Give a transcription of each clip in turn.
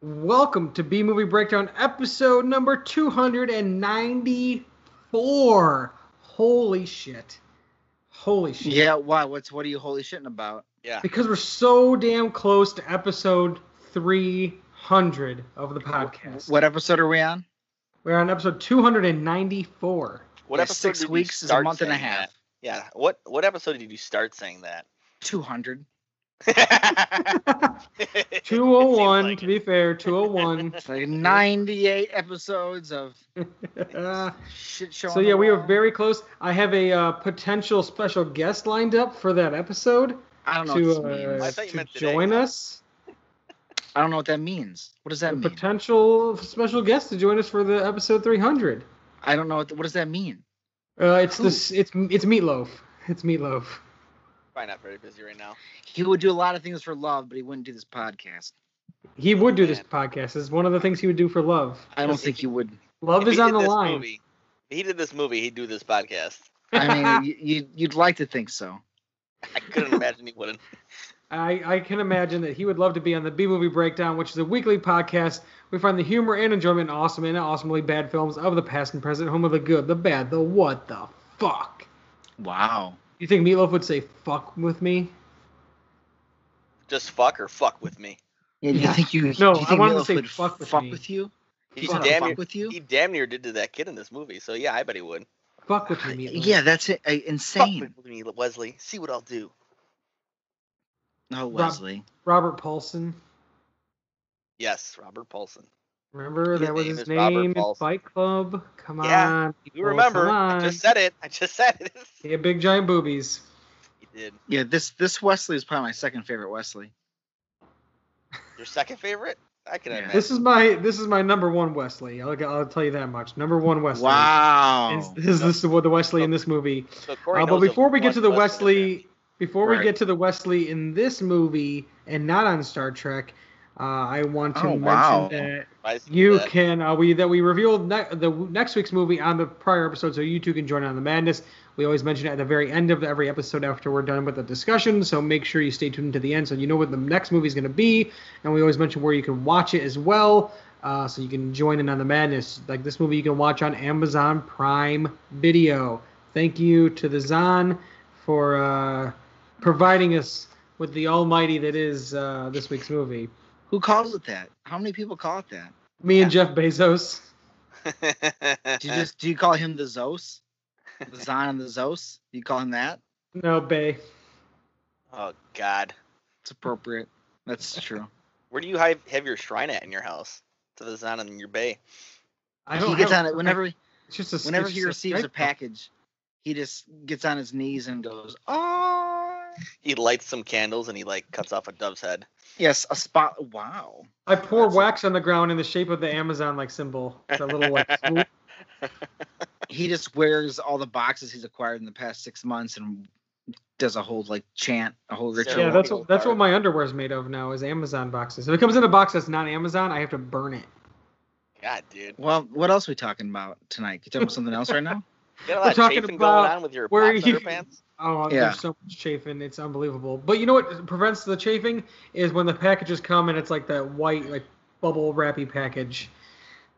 Welcome to B Movie Breakdown, episode number 294. Holy shit. Holy shit. Yeah, why? What's what are you holy shitting about? Yeah. Because we're so damn close to episode 300 of the podcast. What episode are we on? We're on episode 294. What Yeah, episode six did you weeks is a start month and a saying half. that? Yeah. What what episode did you start saying that? 200. It seems 201, like to it. be fair, 201. It's like 98 episodes of Uh, shit show. so, on yeah, the we were wall. very close. I have a uh, potential special guest lined up for that episode I don't know to, what this uh, means. I thought you to meant today. join us. I don't know what that means. What does that a mean? potential special guest to join us for the episode 300. I don't know what, what does that mean. Uh, it's this. It's it's meatloaf. It's meatloaf. Probably not very busy right now. He would do a lot of things for love, but he wouldn't do this podcast. He would do this podcast. It's one of the things he would do for love. Oh, I don't think he would. Love If is he on did the this line. Movie, if he did this movie, he'd do this podcast. I mean, you, you'd like to think so. I couldn't imagine he wouldn't. I, I can imagine that he would love to be on the B Movie Breakdown, which is a weekly podcast. We find the humor and enjoyment in awesome and awesomely bad films of the past and present, home of the good, the bad, the what the fuck. Wow. You think Meatloaf would say fuck with me? Just fuck or fuck with me. Yeah, you Yeah. think you? No, you I think wanted to Meatloaf say would fuck with me. you. He's Fuck. fuck damn near, with you. he damn near did to that kid in this movie. So yeah, I bet he would. Fuck with me, Meatloaf. Yeah, that's it. Uh, Fuck insane. with me, Wesley. See what I'll do. No, Rob- Oh, Wesley. Robert Paulson. Yes, Robert Paulson. Remember His that was name his is Robert name in Paulson. Fight Club. Come Yeah, on, You people, remember? Come I on. just said it. I just said it. He had big giant boobies. he did. Yeah, this this Wesley is probably my second favorite Wesley. Your second favorite? I can Yeah. imagine. This is my this is my number one Wesley. I'll, I'll tell you that much. Number one Wesley. Wow. Is, is this what the Wesley in this movie? So Corey Uh, but knows of before we get one to the Wesley Wesley, before we Right. get to the Wesley in this movie and not on Star Trek, uh, I want to Oh, mention wow. that fan. Why is he you that? can uh, we that we revealed ne- the next week's movie on the prior episode, so you two can join on the madness. We always mention it at the very end of every episode after we're done with the discussion, so make sure you stay tuned to the end so you know what the next movie is going to be. And we always mention where you can watch it as well, uh, so you can join in on the madness. Like this movie, you can watch on Amazon Prime Video. Thank you to the Zon for uh, providing us with the almighty that is uh, this week's movie. Who calls it that? How many people call it that? Me and Jeff Bezos. Do Uh, you just do you call him the Zos? The Zon and the Zos? You call him that? No, Bay. oh God, It's appropriate. That's true. where do you have, have your shrine at in your house? To the sun in your bay. I he don't gets have- on it whenever It's just a, whenever it's he just receives a Skype package, he just gets on his knees and goes, Oh He lights some candles and he like cuts off a dove's head. yes, a spot wow. I pour That's it. wax on the ground in the shape of the Amazon like symbol. That little like swoop. he just wears all the boxes he's acquired in the past six months and does a whole like chant, a whole ritual. yeah, that's Little what that's what card. my underwear is made of now is Amazon boxes. If it comes in a box that's not Amazon, I have to burn it. God, dude, well, what else are we talking about tonight? You talking about something else right now? you got a We're lot of talking chafing about going on with your where box you- underpants. Oh, Yeah. there's so much chafing, it's unbelievable. But you know what prevents the chafing is when the packages come and it's like that white like bubble wrappy package.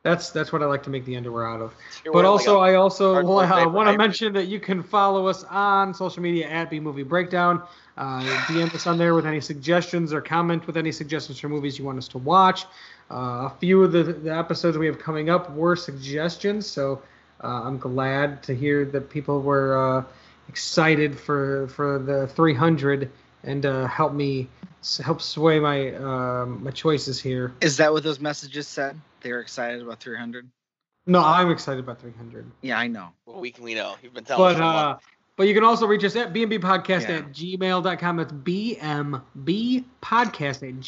That's that's what I like to make the underwear out of. You're But wearing, also, like, I also hardcore uh, paper want to hybrid. mention that you can follow us on social media at B Movie Breakdown. Uh, DM us on there with any suggestions or comment with any suggestions for movies you want us to watch. Uh, a few of the, the episodes we have coming up were suggestions, so uh, I'm glad to hear that people were uh, excited for for the 300 and uh, help me s- help sway my um my choices here. Is that what those messages said? They were excited about 300. No, I'm excited about 300. Yeah, I know. a week we know. You've been but telling us. for a uh month. but you can also reach us at bmb podcast Yeah. at gmail.com that's bmb podcast at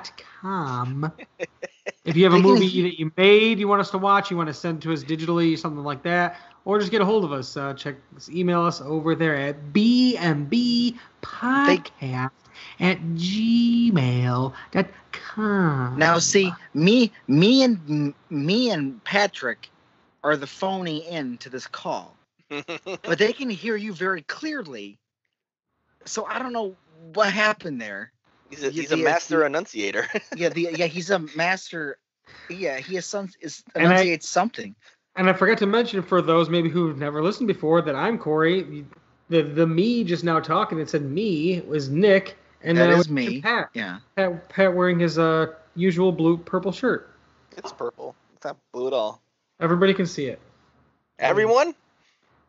gmail.com if you have a Like, movie that you made you want us to watch you want to send to us digitally something like that or just get a hold of us uh, check just email us over there at bmb podcast at gmail.com Now see, me, me, and m- me and Patrick are the phony in to this call, uh, but they can hear you very clearly. So I don't know what happened there. He's a, You- he's a the- master the- enunciator. Yeah, the yeah, he's a master. Yeah, he is some is And I- enunciates something. And I forgot to mention for those maybe who've never listened before that I'm Corey. The the me just now talking that said me was Nick, and That then it is was me. Pat, Yeah, Pat, Pat wearing his uh usual blue purple shirt. it's purple. It's not blue at all. Everybody can see it. Everyone?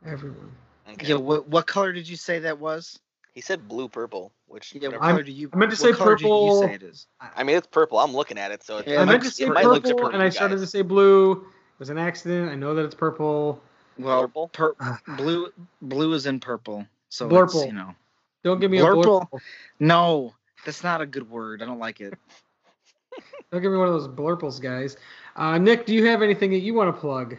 Everyone. Okay. yeah. What what color did you say that was? He said blue purple, which Yeah, what whatever. I'm- color do you? I meant to what say color did you purple. say it is? I mean, it's purple. I'm looking at it, so it's, Yeah, I it meant to looks say pur- might look purple, purple, and I started guys. to say blue. It was an accident. I know that it's purple. Well, Purple? pur- Ah. blue blue is in purple, so it's, Blurple. you know. Don't give me Blurple. a blurple. No, that's not a good word. I don't like it. Don't give me one of those blurples, guys. Uh, Nick, do you have anything that you want to plug?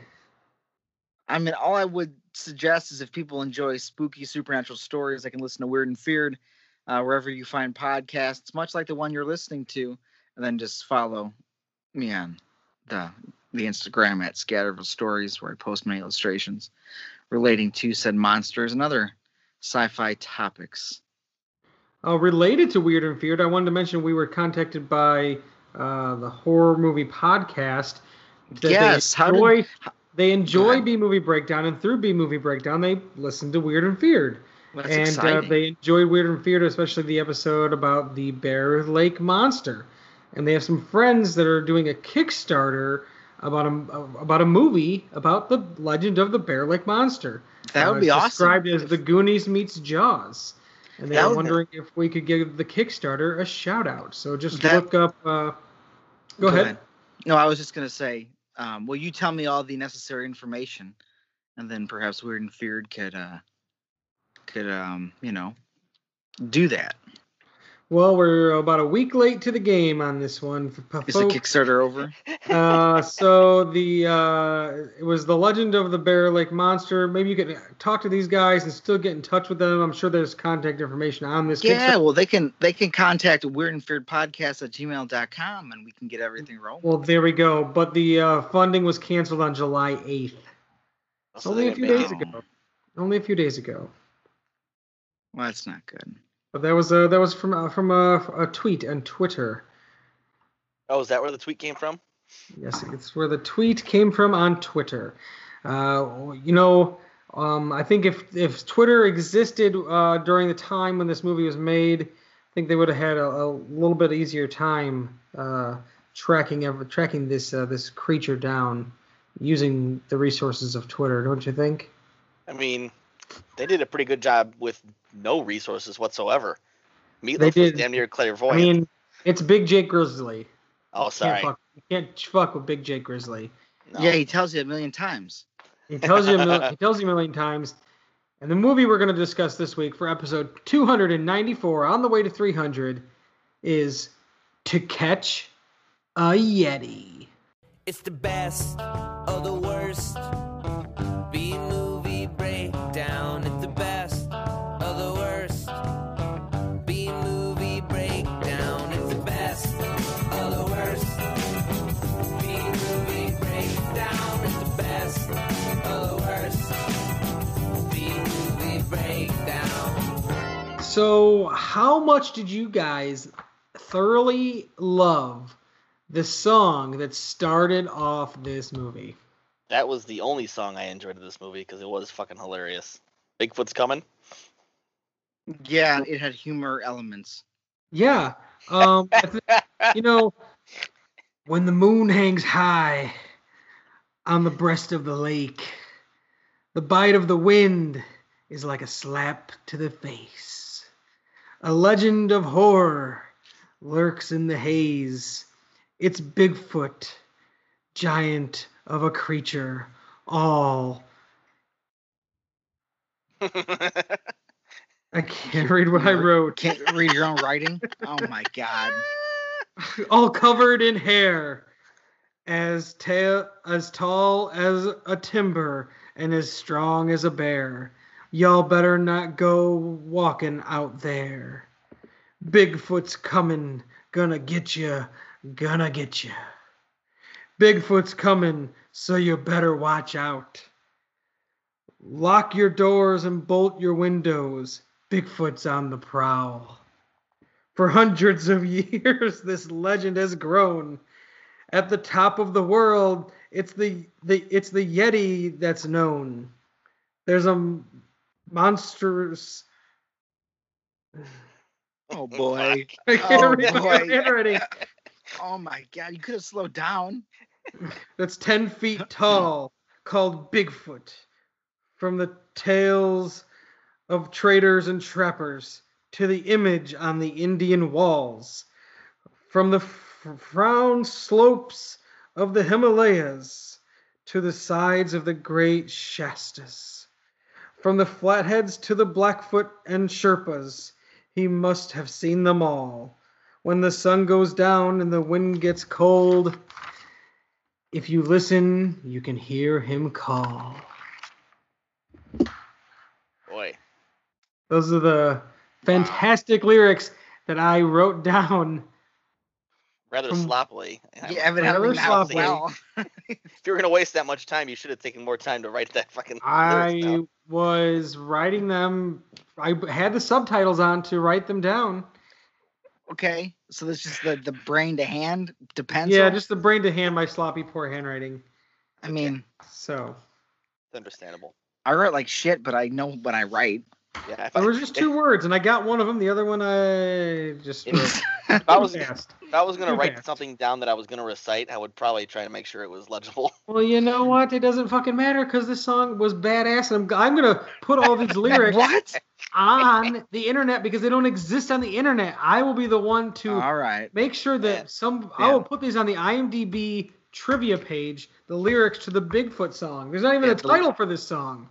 I mean, all I would suggest is if people enjoy spooky supernatural stories, they can listen to Weird and Feared uh, wherever you find podcasts, much like the one you're listening to, and then just follow me on the the Instagram at Scatterville Stories, where I post my illustrations relating to said monsters and other sci-fi topics. Uh, related to Weird and Feared, I wanted to mention we were contacted by uh, the horror movie podcast. that Yes, they how did- enjoy, they enjoy ahead. B movie breakdown, and through B movie breakdown, they listen to Weird and Feared, That's and uh, exciting. they enjoyed Weird and Feared, especially the episode about the Bear Lake monster. And they have some friends that are doing a Kickstarter about a about a movie about the legend of the Bear Lake monster. that Uh, would be it's awesome. Described as the Goonies meets Jaws, and they That were would- wondering if we could give the Kickstarter a shout out. So just That- look up. Uh, go, ahead. No, I was just gonna say, um, well, you tell me all the necessary information, and then perhaps Weird and Feared could, uh, could, um, you know, do that. Well, we're about a week late to the game on this one. f- f- Is the folks. Kickstarter over? uh, so the uh, it was the legend of the Bear Lake Monster. Maybe you can talk to these guys and still get in touch with them. I'm sure there's contact information on this. yeah. Kickstarter. Well, they can they can contact Weird and Feared Podcast at gmail.com, and we can get everything rolling. Well, there we go. But the uh, funding was canceled on July 8th. Also, only they a few didn't days make it. ago. Only a few days ago. Well, that's not good. But that was uh, that was from uh, from a, a tweet on Twitter. Oh, is that where the tweet came from? Yes, it's where the tweet came from on Twitter. Uh, you know, um, I think if if Twitter existed uh, during the time when this movie was made, I think they would have had a, a little bit easier time uh, tracking ever tracking this uh, this creature down using the resources of Twitter. Don't you think? I mean, they did a pretty good job with no resources whatsoever. They Meatloaf was did. damn near I clairvoyant. mean, it's Big Jake Grizzly. oh, Can't sorry. fuck, you can't fuck with Big Jake Grizzly. No. Yeah, he tells you a million times. He tells you a mil- he tells you a million times. And the movie we're going to discuss this week for episode 294 on the way to 300 is To Catch a Yeti. It's the best of the worst. B movie breakdown. It's the best of the worst. B movie breakdown. It's the best of the worst. B movie breakdown. It's the best of the worst. B movie breakdown. So, how much did you guys thoroughly love the song that started off this movie? That was the only song I enjoyed in this movie because it was fucking hilarious. Bigfoot's coming. Yeah, it had humor elements. Yeah. Um, I thi- you know, when the moon hangs high on the breast of the lake, the bite of the wind is like a slap to the face. A legend of horror lurks in the haze. It's Bigfoot, giant of a creature, all. I can't read what I wrote. Can't read your own writing. Oh my god. all covered in hair, as ta- as tall as a timber and as strong as a bear. Y'all better not go walking out there. Bigfoot's coming, gonna get ya, gonna get ya. Bigfoot's coming, so you better watch out. Lock your doors and bolt your windows. Bigfoot's on the prowl. For hundreds of years, this legend has grown. At the top of the world, it's the, the it's the Yeti that's known. There's a monstrous. Oh boy. I can't Oh, read my boy. handwriting. oh my god. You could have slowed down. that's 10 feet tall called Bigfoot from the tales of traders and trappers to the image on the Indian walls from the f- frown slopes of the Himalayas to the sides of the great Shastas from the flatheads to the Blackfoot and Sherpas he must have seen them all when the sun goes down and the wind gets cold if you listen, you can hear him call. Boy. Those are the fantastic lyrics that I wrote down. Rather From- sloppily. I- Yeah, evidently Rather not sloppily. well. If you were gonna waste that much time, you should have taken more time to write that fucking. lyrics I down. was writing them. I b- had the subtitles on to write them down. Okay. So this is the, the brain to hand to pencil. Yeah, just the brain to hand my sloppy poor handwriting. I mean, So It's understandable. I wrote like shit, but I know what I write. Yeah. If I, there were just two words, and I got one of them. The other one I just It wrote if I was fast. if I was gonna too write fast. something down that I was gonna recite, I would probably try to make sure it was legible. Well, you know what? It doesn't fucking matter because this song was badass, and I'm, g- I'm gonna put all these lyrics what? on the internet because they don't exist on the internet. I will be the one to All right. make sure that Yeah. some. I Yeah. will put these on the IMDb trivia page. The lyrics to the Bigfoot song. There's not even Yeah, a the- title for this song.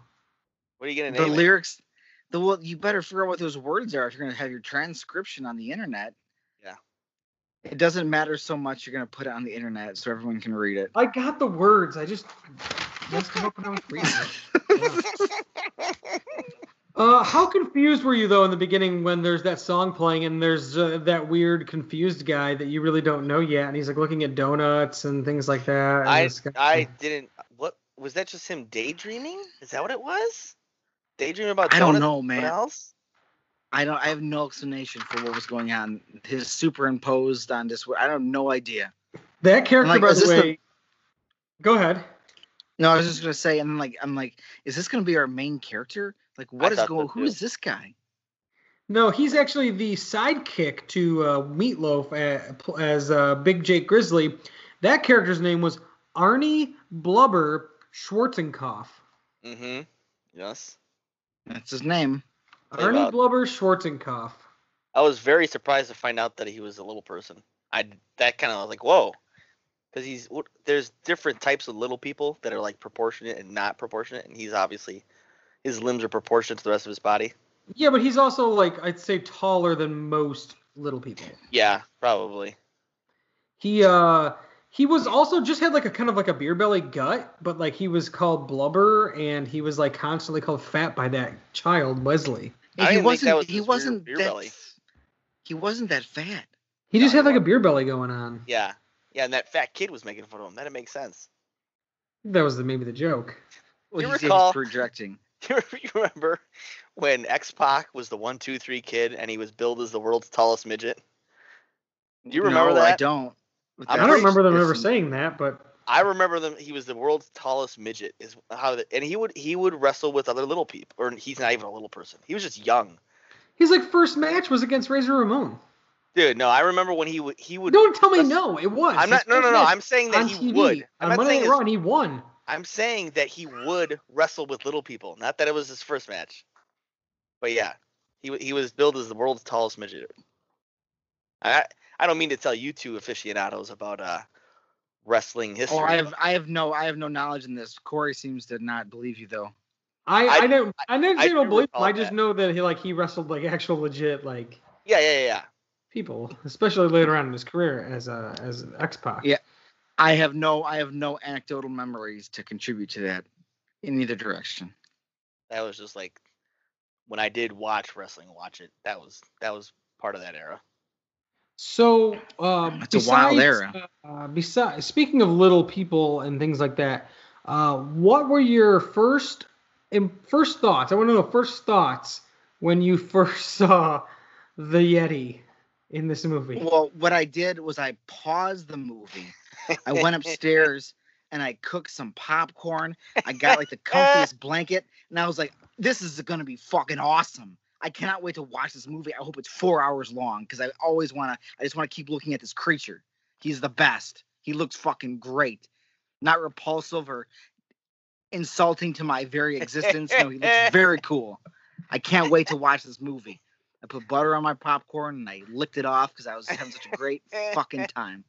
What are you gonna The name? it? lyrics. The well, you better figure out what those words are if you're gonna have your transcription on the internet. Yeah. It doesn't matter so much. You're gonna put it on the internet so everyone can read it. I got the words. I just messed them up when I was reading. it. Uh, how confused were you though in the beginning when there's that song playing and there's uh, that weird confused guy that you really don't know yet, and he's like looking at donuts and things like that. and I this guy- I didn't. What was that? Just him daydreaming? Is that what it was? Daydreaming about I don't donuts and know, someone man. Else? I don't. I have no explanation for what was going on. His superimposed on this. I have no idea. that character like, by is the this the- way. Go ahead. No, I was just gonna say, and then like, I'm like, is this gonna be our main character? Like, what is thought going? so, Who too. is this guy? No, he's actually the sidekick to uh, Meatloaf uh, as uh, Big Jake Grizzly. That character's name was Arnie Blubber Schwarzenkoff. Mm-hmm. Yes. That's his name. Hey, Arnie Rod. Blubber Schwarzenkoff. I was very surprised to find out that he was a little person. I that kind of was like whoa, because he's what- there's different types of little people that are like proportionate and not proportionate, and he's obviously his limbs are proportionate to the rest of his body. Yeah, but he's also like I'd say taller than most little people. Yeah, probably. He uh he was also just had like a kind of like a beer belly gut, but like he was called Blubber and he was like constantly called fat by that child Wesley. I he didn't think wasn't. that was he his weird wasn't beer that. belly. He wasn't that fat. He just Yeah, had he like a was. beer belly going on. Yeah, yeah, and that fat kid was making fun of him. That didn't make sense. That was the, maybe the joke. Well, You he's, recall- he's projecting. You remember when X Pac was the one two three kid and he was billed as the world's tallest midget? Do you remember no, I that? don't. But I'm I don't that's- pretty remember them ever listen, saying that, but I remember them. He was the world's tallest midget. Is how the, and he would he would wrestle with other little people. Or he's not even a little person. He was just young, He's like first match was against Razor Ramon. dude. No, I remember when he would he would. Don't tell me that's- no, it was. I'm not. His No, no, first no. match I'm saying that on he TV would. I'm on not Monday saying. Night his- Raw, and he won. I'm saying that he would wrestle with little people. Not that it was his first match. But yeah, he wa- he was billed as the world's tallest midget. I I don't mean to tell you two aficionados about uh wrestling history. Oh, I have. I have no. I have no knowledge in this. Corey seems to not believe you though. I I- I, don't I didn't I say don't do believe him. recall I just that. know that he like he wrestled like actual legit like yeah, yeah, yeah, yeah. people, especially later on in his career as a as X Pac. Yeah. I have no. I have no anecdotal memories to contribute to that in either direction. That was just like when I did watch wrestling. Watch it. That was that was part of that era. So uh, It's a wild besides, Uh, besides, speaking of little people and things like that, uh, what were your first im- first thoughts? I want to know first thoughts when you first saw the Yeti in this movie. Well, what I did was I paused the movie. I went upstairs and I cooked some popcorn. I got like the comfiest blanket, and I was like, "This is gonna be fucking awesome." I cannot wait to watch this movie. I hope it's four hours long because I always wanna. I just wanna keep looking at this creature. He's the best. He looks fucking great. Not repulsive or insulting to my very existence. No, he looks very cool. I can't wait to watch this movie. I put butter on my popcorn and I licked it off because I was having such a great fucking time.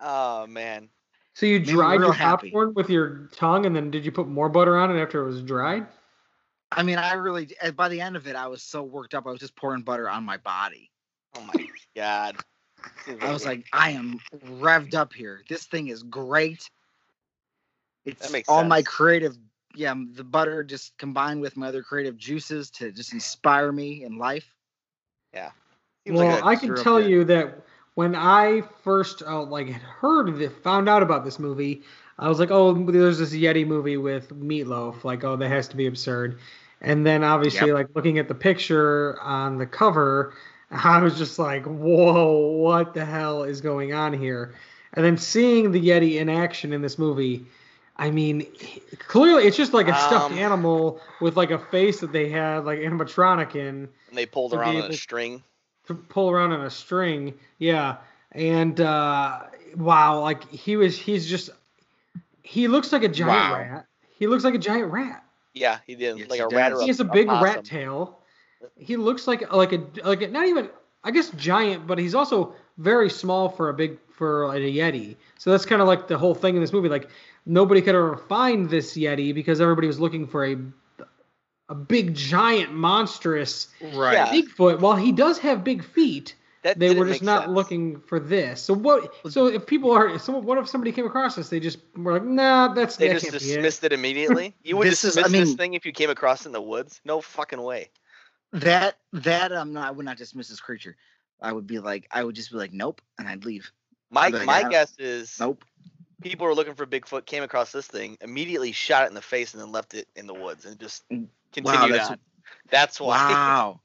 Oh man. So you Made me dried real your happy. popcorn with your tongue, and then did you put more butter on it after it was dried? I mean, I really and by the end of it, I was so worked up. I was just pouring butter on my body. Oh my god. I was like, I am revved up here. This thing is great. It's makes all my sense. creative, yeah, the butter just combined with my other creative juices to just inspire me in life. Seems like well, a- I can real tell good. you that when I first uh, like had heard that, found out about this movie, I was like, "Oh, there's this Yeti movie with Meatloaf." Like, "Oh, that has to be absurd." And then obviously, Yep. like looking at the picture on the cover, I was just like, "Whoa, what the hell is going on here?" And then seeing the Yeti in action in this movie, I mean, clearly it's just like a stuffed Um. animal with like a face that they had like animatronic in and they pulled to be around on able- a string. to pull around on a string. Yeah. And uh wow, like he was he's just he looks like a giant Wow. rat. He looks like a giant rat. Yeah, he did Yes, like he a rat. does. Or He has a big possum. rat tail. He looks like like a like a, not even I guess giant, but he's also very small for a big for like a yeti. So that's kind of like the whole thing in this movie. Like nobody could ever find this yeti because everybody was looking for a a big giant monstrous Right. Yeah. Bigfoot. While he does have big feet, That they didn't were just make not sense. looking for this. So what? So if people are, if someone, what if somebody came across this? They just were like, nah, that's They that just can't be it." dismissed it. immediately. You would This is- dismiss I this mean- thing if you came across it in the woods. No fucking way. That that I'm not I would not dismiss this creature. I would be like I would just be like, nope, and I'd leave. My Like, I my don't- guess is Nope. people were looking for Bigfoot, came across this thing, immediately shot it in the face, and then left it in the woods and just Wow, continued that's- on. That's why. Wow.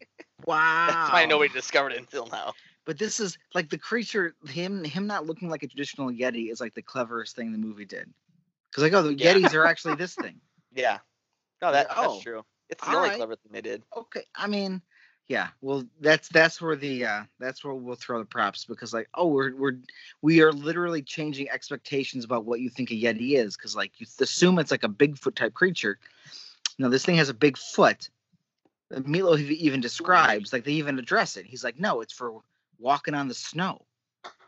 wow. That's why nobody discovered it until now. But this is like the creature, him him not looking like a traditional yeti is like the cleverest thing the movie did. Because like, oh, the Yeah. yetis are actually this thing. Yeah. No, that, Oh. that's true. It's the All only right. clever thing they did. Okay, I mean, yeah. Well, that's that's where the uh that's where we'll throw the props because like, oh, we're we're we are literally changing expectations about what you think a yeti is because like you assume it's like a Bigfoot type creature. No, this thing has a big foot. And Milo even describes like they even address it. He's like, no, it's for walking on the snow,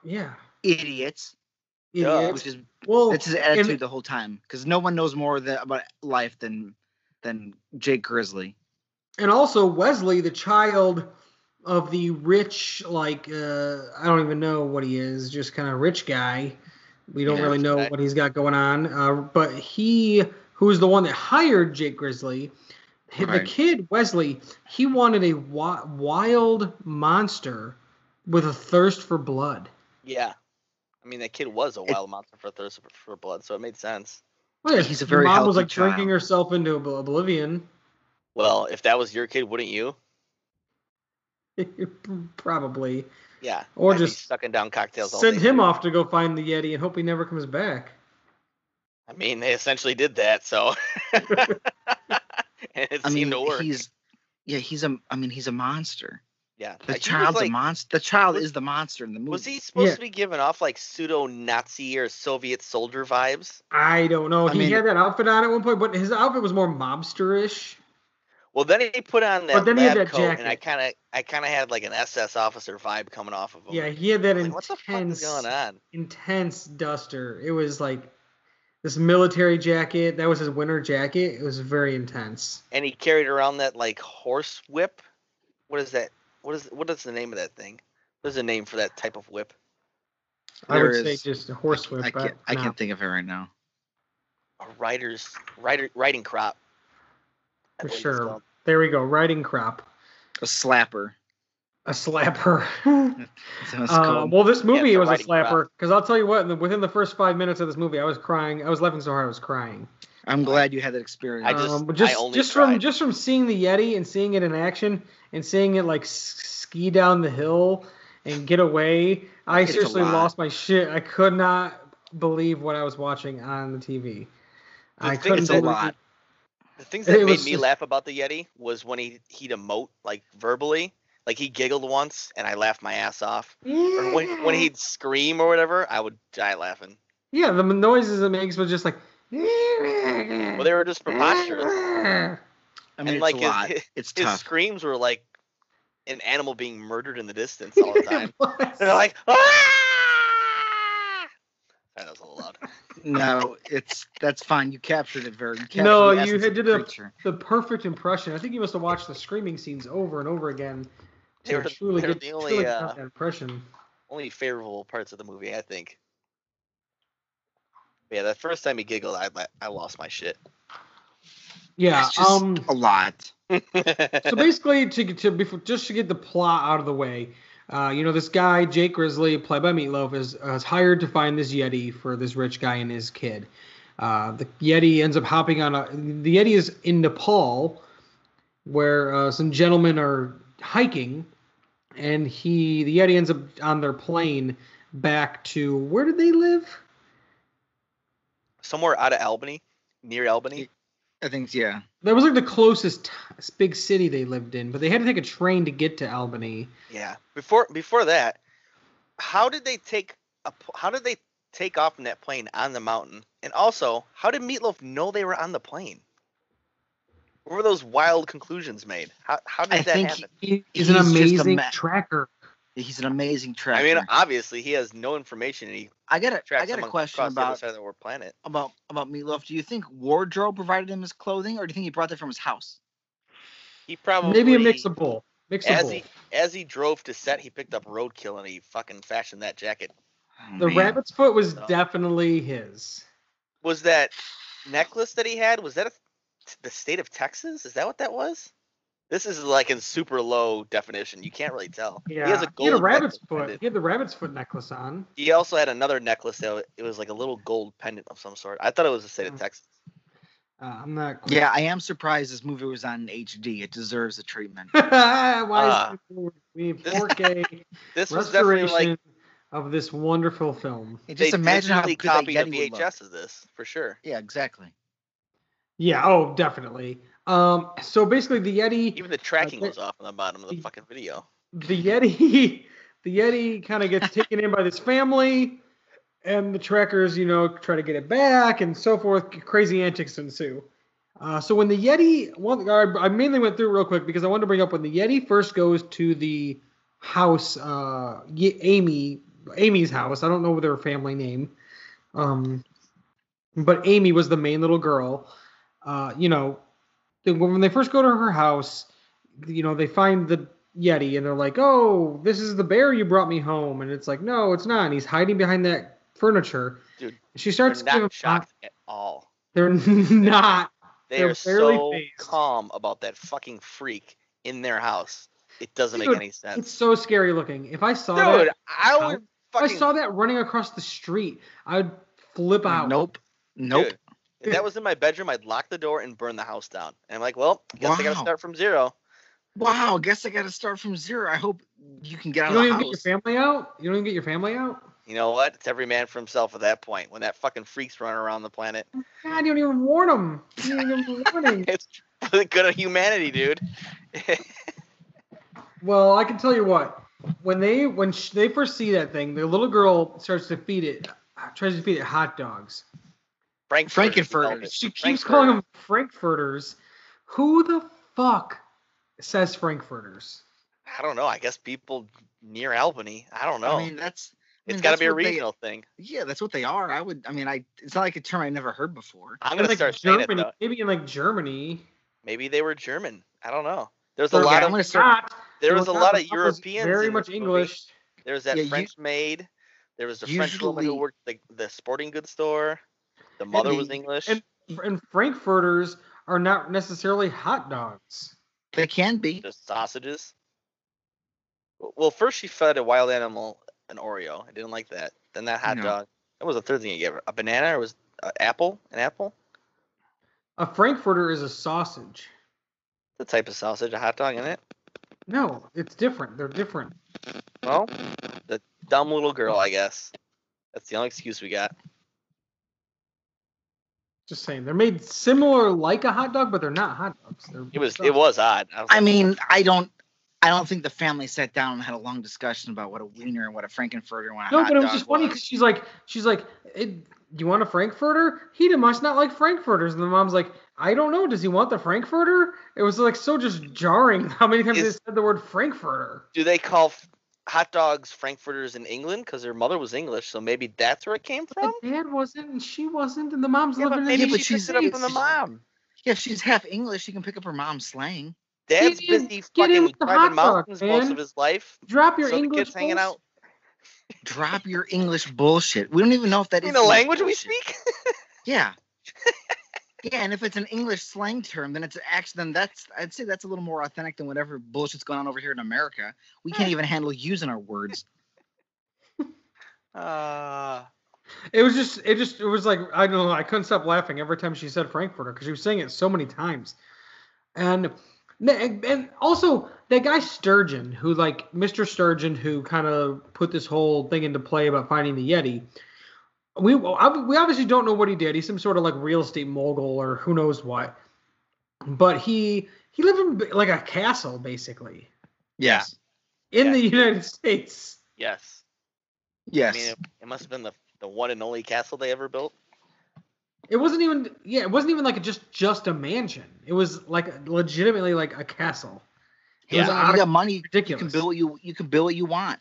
Yeah. idiots. Uh, Yeah. Idiot. Which is Well, That's his and- attitude the whole time, because no one knows more tha- about life than than Jake Grizzly. and also Wesley, the child of the rich, like uh, I don't even know what he is, just kind of rich guy. We don't Yeah, really rich know guy. what he's got going on. Uh, but he, who's the one that hired Jake Grizzly, hi- the Right. kid Wesley, he wanted a wi- wild monster with a thirst for blood. Yeah. I mean, that kid was a wild monster for thirst for- for blood, so it made sense. Well, yeah, He's a very mom was healthy like drinking child. herself into ob- oblivion. Well, if that was your kid, wouldn't you? Probably Yeah. Or I'd be just sucking down cocktails. all send day. him off to go find the Yeti and hope he never comes back. I mean, they essentially did that, so. and it I mean, seemed to work. he's yeah, he's a. I mean, he's a monster. yeah. The Like, Uh, he was, child's like- a monster. The child was- is the monster in the movie. Was he supposed Yeah. to be giving off like pseudo Nazi or Soviet soldier vibes? I don't know. I he mean- had that outfit on at one point, but his outfit was more mobsterish. Well, then he put on that But then he had lab that coat, and I jacket. kind of, I kind of had like an SS officer vibe coming off of him. Yeah, he had that Like, what the fuck is intense, going on? intense duster. It was like this military jacket. That was his winter jacket. It was very intense. And he carried around that like horse whip. What is that? What is what is the name of that thing? There's a name for that type of whip. I would There say is- just a horsewhip. I can't. I no. can't think of it right now. A rider's rider riding crop. I For believe it's sure. called. There we go. Riding crop, A slapper. a slapper. That's what it's Uh, called. well, this movie it's a was a riding slapper because I'll tell you what. in the- Within the first five minutes of this movie, I was crying. I was laughing so hard I was crying. I'm glad you had that experience. I just- um, I just only just from cried. just from seeing the Yeti and seeing it in action and seeing it like s- ski down the hill and get away. I It's a seriously lot. lost my shit. I could not believe what I was watching on the TV. The I thing couldn't is a believe lot. The things It that made was me just- laugh about the Yeti was when he he'd emote like verbally, like he giggled once, and I laughed my ass off. Or when when he'd scream or whatever, I would die laughing. Yeah, the noises it makes was just like. Well, they were just preposterous. I mean, and it's like a his- lot. his- it's His tough. screams were like an animal being murdered in the distance all the time. Was. They're like, ah! That was a little loud. No, it's that's fine. You captured it very. You captured No, the you essence of did the a- creature. the perfect impression. I think you must have watched the screaming scenes over and over again They to were- truly they were get the only, truly get uh, that impression. Only favorable parts of the movie, I think. But yeah, the first time he giggled, I la- I lost my shit. Yeah. It's just Um. a lot. so basically, to, to before, just to get the plot out of the way, uh, you know, this guy Jake Grizzly, played by Meatloaf, is, uh, is hired to find this Yeti for this rich guy and his kid. Uh, the Yeti ends up hopping on a. The Yeti is in Nepal, where uh, some gentlemen are hiking, and he the Yeti ends up on their plane back to where did they live? Somewhere out of Albany, near Albany. I think yeah. That was like the closest t- big city they lived in, but they had to take a train to get to Albany. Yeah. Before before that, how did they take a, p- how did they take off from that plane on the mountain? And also, how did Meatloaf know they were on the plane? What were those wild conclusions made? How how did I that think happen? He is He's an just a amazing ma- tracker. He's an amazing tracker. I mean, obviously he has no information and he I got a, I tracks got a them ac- question across the other about side of the world planet. about about Meatloaf. Do you think wardrobe provided him his clothing, or do you think he brought that from his house? He probably Maybe a mix of bowl. Mix of as bowl. he as he drove to set, he picked up roadkill and he fucking fashioned that jacket. Oh, the man. rabbit's foot was So- definitely his. Was that necklace that he had? Was that a, the state of Texas? Is that what that was? This is like in super low definition. You can't really tell. Yeah. He has a he had gold a rabbit's necklace foot. pendant. He had the rabbit's foot necklace on. He also had another necklace that wa- it was like a little gold pendant of some sort. I thought it was the state of Hmm. Texas. Uh, I'm not. Quite Yeah, I am surprised this movie was on HD. It deserves a treatment. Why Ah. is it we need 4K This was definitely restoration like of this wonderful film? And they just imagine how digitally good that copied Yeti the would look. VHS of this for sure. Yeah, exactly. Yeah. Oh, definitely. Um. So basically, the Yeti. Even the tracking they- was off on the bottom of the he- fucking video. the Yeti, the Yeti kind of gets taken in by this family, and the trackers, you know, try to get it back and so forth. Crazy antics ensue. Uh, so when the Yeti, one, I I mainly went through real quick because I wanted to bring up when the Yeti first goes to the house, uh, Ye- Amy, Amy's house. I don't know their family name, um, but Amy was the main little girl. Uh, you know, the- when they first go to her house, you know, they find the Yeti and they're like, "Oh, this is the bear you brought me home," and it's like, "No, it's not." And he's hiding behind that furniture. Dude, she They're starts giving not shocked at all. They're not. They They're are barely so phased. calm about that fucking freak in their house. It doesn't make Dude, any sense. It's so scary looking. If I saw that, Dude, if I house- would I fucking. saw that running across the street, I'd flip out. Nope. Nope. Dude, if that was in my bedroom, I'd lock the door and burn the house down. And I'm like, well, I guess I gotta Wow. start from zero. Wow, guess I got to start from zero. I hope you can get You out don't even of the get your house. family out. You don't even get your family out. You know what? It's every man for himself at that point. When that fucking freak's running around the planet, God, you don't even warn them. You don't even give 'em a warning. it's for the good of humanity, dude. Well, I can tell you what. When they when sh- they first see that thing, the little girl starts to feed it, uh, tries to feed it hot dogs. Frank Frankenfurters. She keeps calling them Frankfurters. Who the fuck says Frankfurters? I don't know. I guess people near Albany. I don't know. I mean, that's. I it's mean, got to that's be a what they- regional thing. yeah, that's what they are. I would. I mean, I. It's not like a term I never heard before. They're I'm gonna like start saying it Germany, though. maybe in like Germany. Maybe they were German. I don't know. There's a They're Okay, lot I'm of gonna start. Not, there they was a were lot not. of That was Europeans. Very in this much movie. English. There was that Yeah, you- French maid. There was the French woman who Usually- worked the, the sporting goods store. The mother was the- English. and- And Frankfurters are not necessarily hot dogs. They can be. Just sausages. W- Well, first she fed a wild animal an Oreo. I didn't like that. Then that hot No. dog. That was the third thing you gave her. A banana or was an apple? An apple? A Frankfurter is a sausage. The type of sausage, a hot dog in it. No, it's different. They're different. Well, the dumb little girl, I guess. That's the only excuse we got. Just saying, they're made similar like a hot dog, but they're not hot dogs. They're It was stuff. it was odd. was I like, mean, I don't. I don't think the family sat down and had a long discussion about what a wiener and what a Frankenfurter and what a No, hot but it was dog just funny because she's like, she's like, "It- "Do you want a Frankfurter? He must not like Frankfurters." And the mom's like, "I don't know. Does he want the Frankfurter?" It was like so just jarring how many times Is- they said the word Frankfurter. do they call f- hot dogs frankfurters in England because their mother was English, so maybe that's where it came from? The dad wasn't, and she wasn't, and the mom's Yeah, but living maybe in. but she she's- picked it up from the she's- mom. Yeah, she's half English. She can pick up her mom's slang. Dad's is- busy get in fucking with the driving hot dog, mountains man. most of his life. Drop your so the English. kids hanging bullshit. out Drop your English bullshit. We don't even know if that is in the English language we bullshit. speak. Yeah. yeah, and if it's an English slang term, then it's actually then that's I'd say that's a little more authentic than whatever bullshit's going on over here in America. We Hmm. can't even handle using our words. Uh, It was just, it just, it was like I don't know. I couldn't stop laughing every time she said Frankfurter because she was saying it so many times, and and also that guy Sturgeon, who like Mr. Sturgeon, who kind of put this whole thing into play about finding the Yeti. We well, ob- we obviously don't know what he did. He's some sort of like real estate mogul or who knows what, but he he lived in b- like a castle basically Yeah. in Yeah. the United States. yes. Yes. I mean, it, it must have been the, the one and only castle they ever built. It wasn't even yeah, it wasn't even like a, just just a mansion. It was like legitimately like a castle. It yeah. was out you of got money, you ridiculous. can build what you you can build what you want.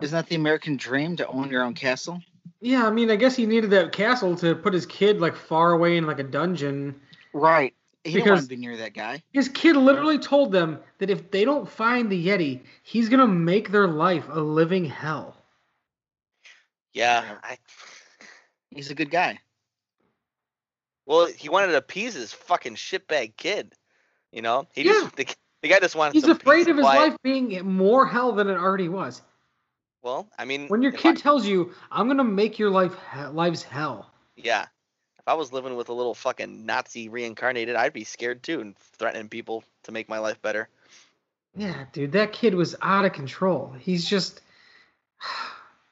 Isn't that the American dream to own your own castle? yeah, I mean, I guess he needed that castle to put his kid like far away in like a dungeon. Right. He don't want Because- to be near that guy. His kid literally told them that if they don't find the Yeti, he's gonna make their life a living hell. Yeah. Yeah. I, He's a good guy. well, he wanted to appease his fucking shitbag kid. You know, he just the, the guy just wanted. He's some peace afraid and of his quiet. life being more hell than it already was. Well, I mean, When your if I- kid tells you, "I'm gonna make your life he- lives hell," Yeah. If I was living with a little fucking Nazi reincarnated, I'd be scared too and threatening people to make my life better. yeah, dude, that kid was out of control. He's just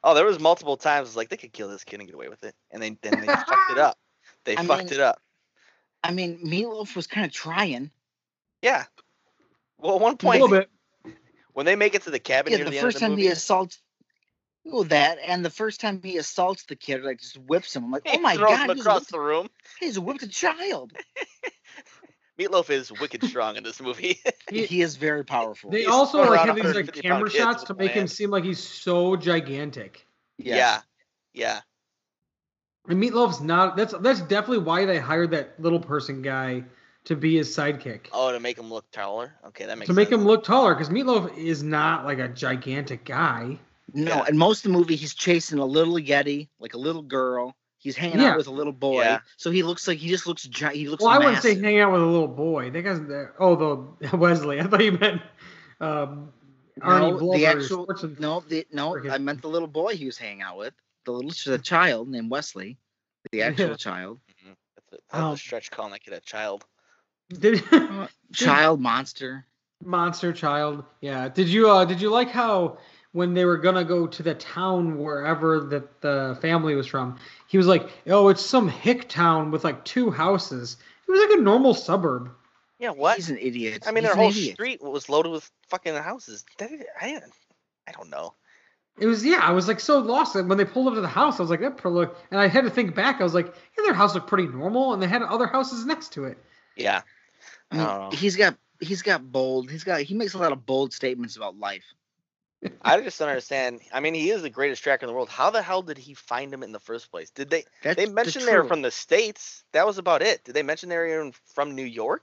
Oh, there was multiple times it's like they could kill this kid and get away with it, and they then they fucked it up. They I fucked mean- it up. I mean, Meatloaf was kind of trying. Yeah. Well, at one a point little bit. when they make it to the cabin Yeah, near the, the, end first of the time movie, he assaults, well, that and the first time he assaults the kid, like just whips him. I'm like, he oh my throws god, him he's across whipped, the room. he's whipped a child. Meatloaf is wicked strong in this movie. He- He, is very powerful. They He's also throwing like out have these like 150 camera pound kids shots with to one make him hand. seem like he's so gigantic. Yes. Yeah. And Meatloaf's not. That's that's definitely why they hired that little person guy to be his sidekick Oh, to make him look taller. Okay, that makes to make sense. him look taller because Meatloaf is not like a gigantic guy. No, Yeah. and most of the movie, he's chasing a little yeti, like a little girl. He's hanging Yeah. out with a little boy, Yeah. so he looks like he just looks giant. He looks. well, I wouldn't say massive. hang out with a little boy. That guy's there. Oh, the Wesley. I thought you meant um, Arnie no, Blover. the actual Schwarzen- no, the, no. Forget- I meant the little boy he was hanging out with, the little the child named Wesley, the actual child, That's a, that's Oh. a stretch calling that kid a child. Did, child monster. Monster Child. Yeah. Did you uh did you like how when they were gonna go to the town wherever that the family was from, he was like, Oh, it's some hick town with like two houses. It was like a normal suburb. Yeah. What? He's an idiot. I He's mean, their an whole idiot. street was loaded with fucking houses. That- I, I don't know. It was yeah, I was like so lost. And when they pulled up to the house, I was like, that pro look and I had to think back, I was like, yeah, their house looked pretty normal and they had other houses next to it. Yeah. I mean, I don't know. he's got he's got bold. He's got he makes a lot of bold statements about life. I just don't understand. I mean, he is the greatest tracker in the world. How the hell did he find him in the first place? Did they That's they the mentioned they were truth. from the states? That was about it. Did they mention they were even from New York?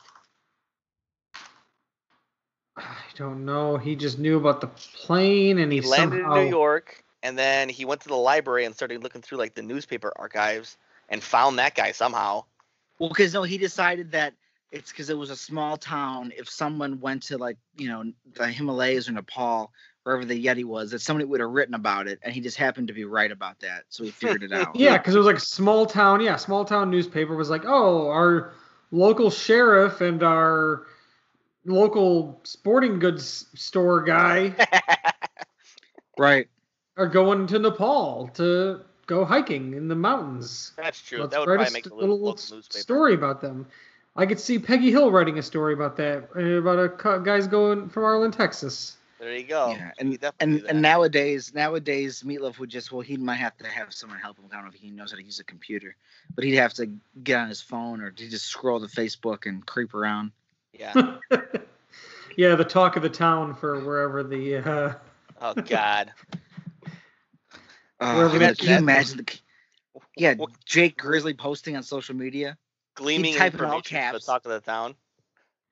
I don't know. He just knew about the plane and he, He landed somehow in New York, and then he went to the library and started looking through like the newspaper archives and found that guy somehow. well, because no, he decided that it's because it was a small town. If someone went to like you know the Himalayas or Nepal, wherever the Yeti was, that somebody would have written about it, and he just happened to be right about that, so he figured it out. Yeah, because it was like small town. Yeah, small town newspaper was like, oh, our local sheriff and our local sporting goods store guy Oh, Right. are going to Nepal to go hiking in the mountains. That's true. Let's that would write a probably make st- the little, local s- newspaper. story about them. I could see Peggy Hill writing a story about that, uh, about a cu- guys going from Arlen, Texas. There you go. Yeah, and- You definitely And do and that. nowadays, nowadays, Meatloaf would just well, he might have to have someone help him. I don't know if he knows how to use a computer, but he'd have to get on his phone or he'd just scroll to Facebook and creep around. yeah. yeah, the talk of the town for wherever the uh, Oh God. Oh, Wherever I mean, that- can you that- imagine? The, yeah, What Jake Grizzly posting on social media. gleaming type in all information for the caps. talk of the town.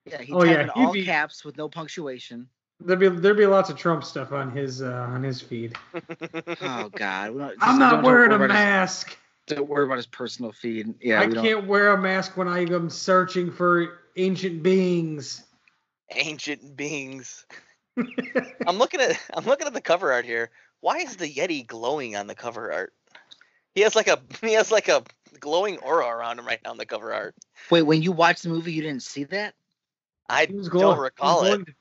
Yeah, he Oh, typed yeah, in he'd all be- caps with no punctuation. there'd be there'd be lots of Trump stuff on his uh, on his feed. Oh God, we don't, I'm don't have not to wearing worry a about his- mask. don't worry about his personal feed. Yeah, I we don't- can't wear a mask when I am searching for ancient beings. Ancient beings. I'm looking at I'm looking at the cover art here. Why is the Yeti glowing on the cover art? He has like a he has like a glowing aura around him right now on the cover art. Wait, when you watched the movie, you didn't see that? I He was don't he was recall it. glowing-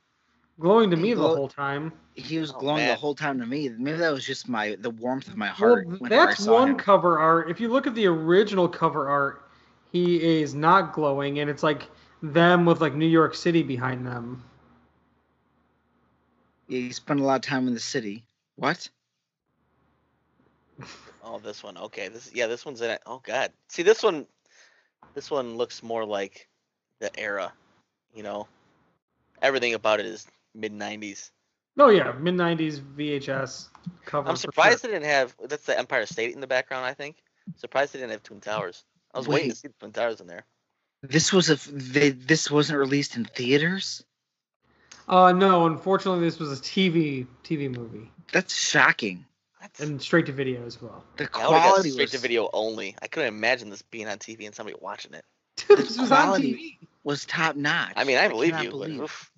Glowing to He me the glow- whole time. He was Oh, glowing the man. whole time to me. Maybe that was just my the warmth of my heart. well, whenever I that's saw one him. cover art. If you look at the original cover art, he is not glowing, and it's like them with like New York City behind them. Yeah, he spent a lot of time in the city. What? Oh, this one. Okay. This yeah, this one's in it. Oh god. See this one this one looks more like the era, you know. Everything about it is mid 90s. No, Oh, yeah, mid '90s VHS cover. I'm Uh-huh, for surprised sure. they didn't have that's the Empire State in the background, I think. Surprised they didn't have Twin Towers. I was waiting to Wait. see the Twin Towers in there. This was a f- they, this wasn't released in theaters. Uh, no, unfortunately, this was a TV TV movie That's shocking. What? and straight to video as well. The I would have got quality straight was, to video only. I couldn't imagine this being on TV and somebody watching it. this was on quality- TV. was top notch. I mean, I believe cannot you, believe- but oof.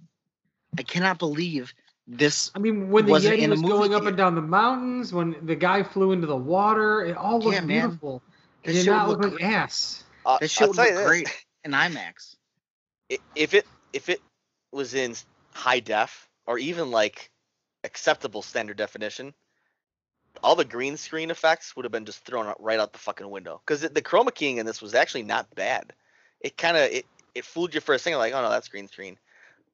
I cannot believe this. I mean, when the Wasn't Yeti in a was movie going up theater. and down the mountains, when the guy flew into the water, it all looked Yeah, man. beautiful. It That did shit not would look look like great. ass. Uh, That I'll shit would tell look you this. great in IMAX. i- if it if it was in s- high def or even like acceptable standard definition, all the green screen effects would have been just thrown out right out the fucking window. Because the chroma keying in this was actually not bad. It kind of it, it fooled you for a second, like oh no, that's green screen.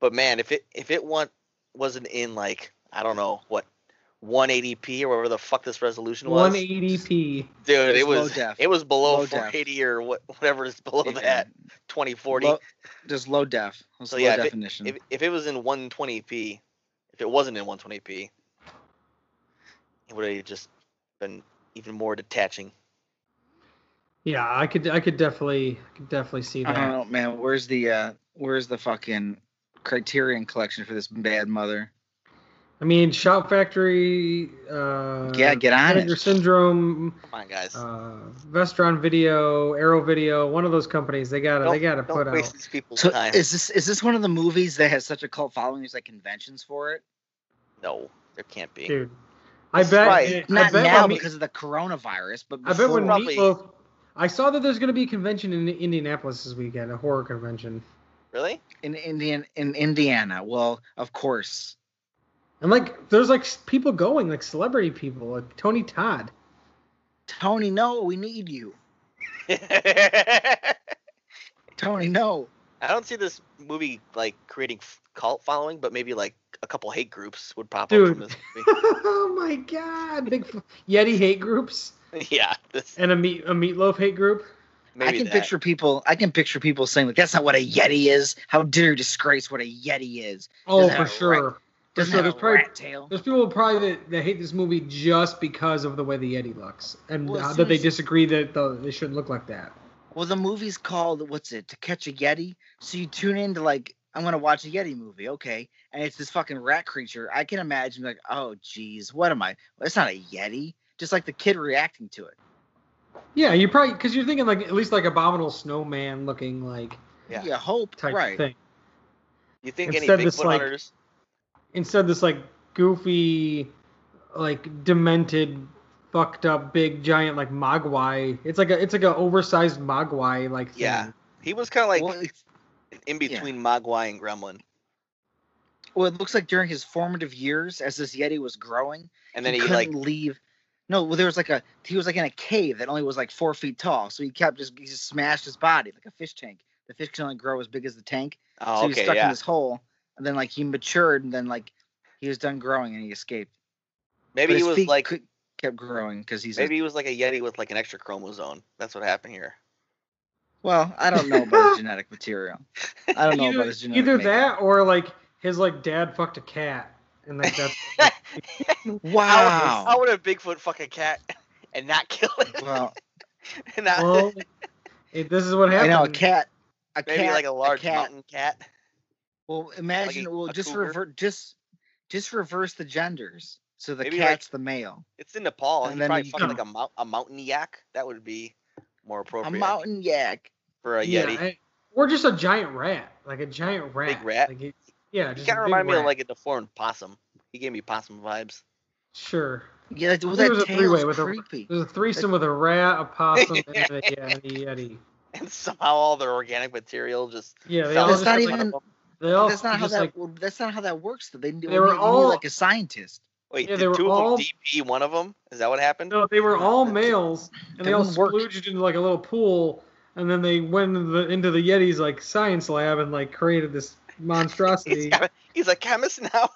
But man, if it if it want, wasn't in like I don't know what 180p or whatever the fuck this resolution was, 180p. dude, it It's low was def. it was below Low def. 480 or what whatever is below that 2040. uh, Low, just low def. Just So low yeah, if it- definition. if, if it was in 120p, if it wasn't in 120p, it would have just been even more detaching. Yeah, I could, I could definitely, I could definitely see I that. don't know, man. Where's the uh where's the fucking Criterion collection for this bad mother? I mean, Shout Factory. Uh, yeah, get on Manager it. Syndrome, Come on, guys. uh, Vestron Video, Arrow Video. One of those companies, they got to, they got to Don't put waste out. these people's So time. is this is this one of the movies that has such a cult following? There's like conventions for it. No, there can't be. Dude, I This is bet. right. I Not bet now when Me- because of the coronavirus, but I bet when before- Probably- Meatloaf. I saw that there's going to be a convention in Indianapolis this weekend, a horror convention. Really? in Indian in Indiana. Well, of course. And like, there's like s- people going, like celebrity people, like Tony Todd. Tony, no, we need you. I Tony, no. don't see this movie like creating f- cult following, but maybe like a couple hate groups would pop up Dude. from this oh my God! Big f- Yeti hate groups movie. yeah, this and a meat a meatloaf hate group. maybe I can that. picture people. I can picture people saying like, "That's not what a yeti is. How dare you disgrace what a yeti is? Oh, Doesn't have for a sure. For Doesn't sure. have There's a probably rat tail." There's people probably that, that hate this movie just because of the way the Yeti looks, and Well, as uh, soon that they as- disagree that the, they shouldn't look like that. Well, the movie's called what's it? To Catch a Yeti. So you tune in to like, I'm gonna watch a Yeti movie, okay? And it's this fucking rat creature. I can imagine like, oh geez, what am I? It's not a Yeti. Just like the kid reacting to it. Yeah, you probably because you're thinking like at least like abominable snowman looking like Yeah. You hope, type right? thing. You think Instead any this, Bigfoot like- hunters? Instead, this like goofy, like demented, fucked up, big giant like mogwai. It's like a it's like a oversized mogwai like thing. Yeah. He was kind of like Well, it's- in between Mogwai and Gremlin. well, it looks like during his formative years, as this Yeti was growing, And then he, he, like couldn't leave. No, well, there was like a he was like in a cave that only was like four feet tall, so he kept just he just smashed his body like a fish tank. The fish can only grow as big as the tank, so oh he was okay stuck in yeah this hole. And then like he matured, and then like he was done growing, and he escaped. But maybe he his was feet like cou- kept growing because he's maybe he was like a yeti with like an extra chromosome. That's what happened here. a, well. I don't know about his genetic material. I don't know either, about his genetic. either makeup. that or like his like dad fucked a cat and like that's Wow. How, would, how would a Bigfoot fuck a cat and not kill it? well, and not, well, it, this is what I happened. know a cat. A maybe cat, like a large cat. mountain cat. Well, imagine. well, a just cougar? revert. Just, just reverse the genders. So the Maybe like- cat's the male. It's in Nepal. And And then he you probably fucking like a, mou- a mountain yak. That would be more A appropriate mountain yak. for a yeah, yeti. I- or just a giant rat, like a giant rat, rat? Like it- yeah, He just kind a of big reminded me rat. of like a deformed possum. He gave me possum vibes. sure. Yeah, that, well, think it that was a tail three-way is with a- creepy. There's a threesome with a rat, a possum, and a, yeah, and a yeti. And somehow all their organic material just. Yeah, they fell all That's just not out like, even- they all that's not how just that. like well, that's not how that works. Though. They, they, were were all all- like a scientist. Wait, Yeah, they did were two all- Oh, of them DP one of them? Is that what happened? No, they were all males, and That they all wouldn't work. splooged into like a little pool, and then they went into the, into the Yeti's like science lab and like created this He's, monstrosity. got a, he's a chemist now.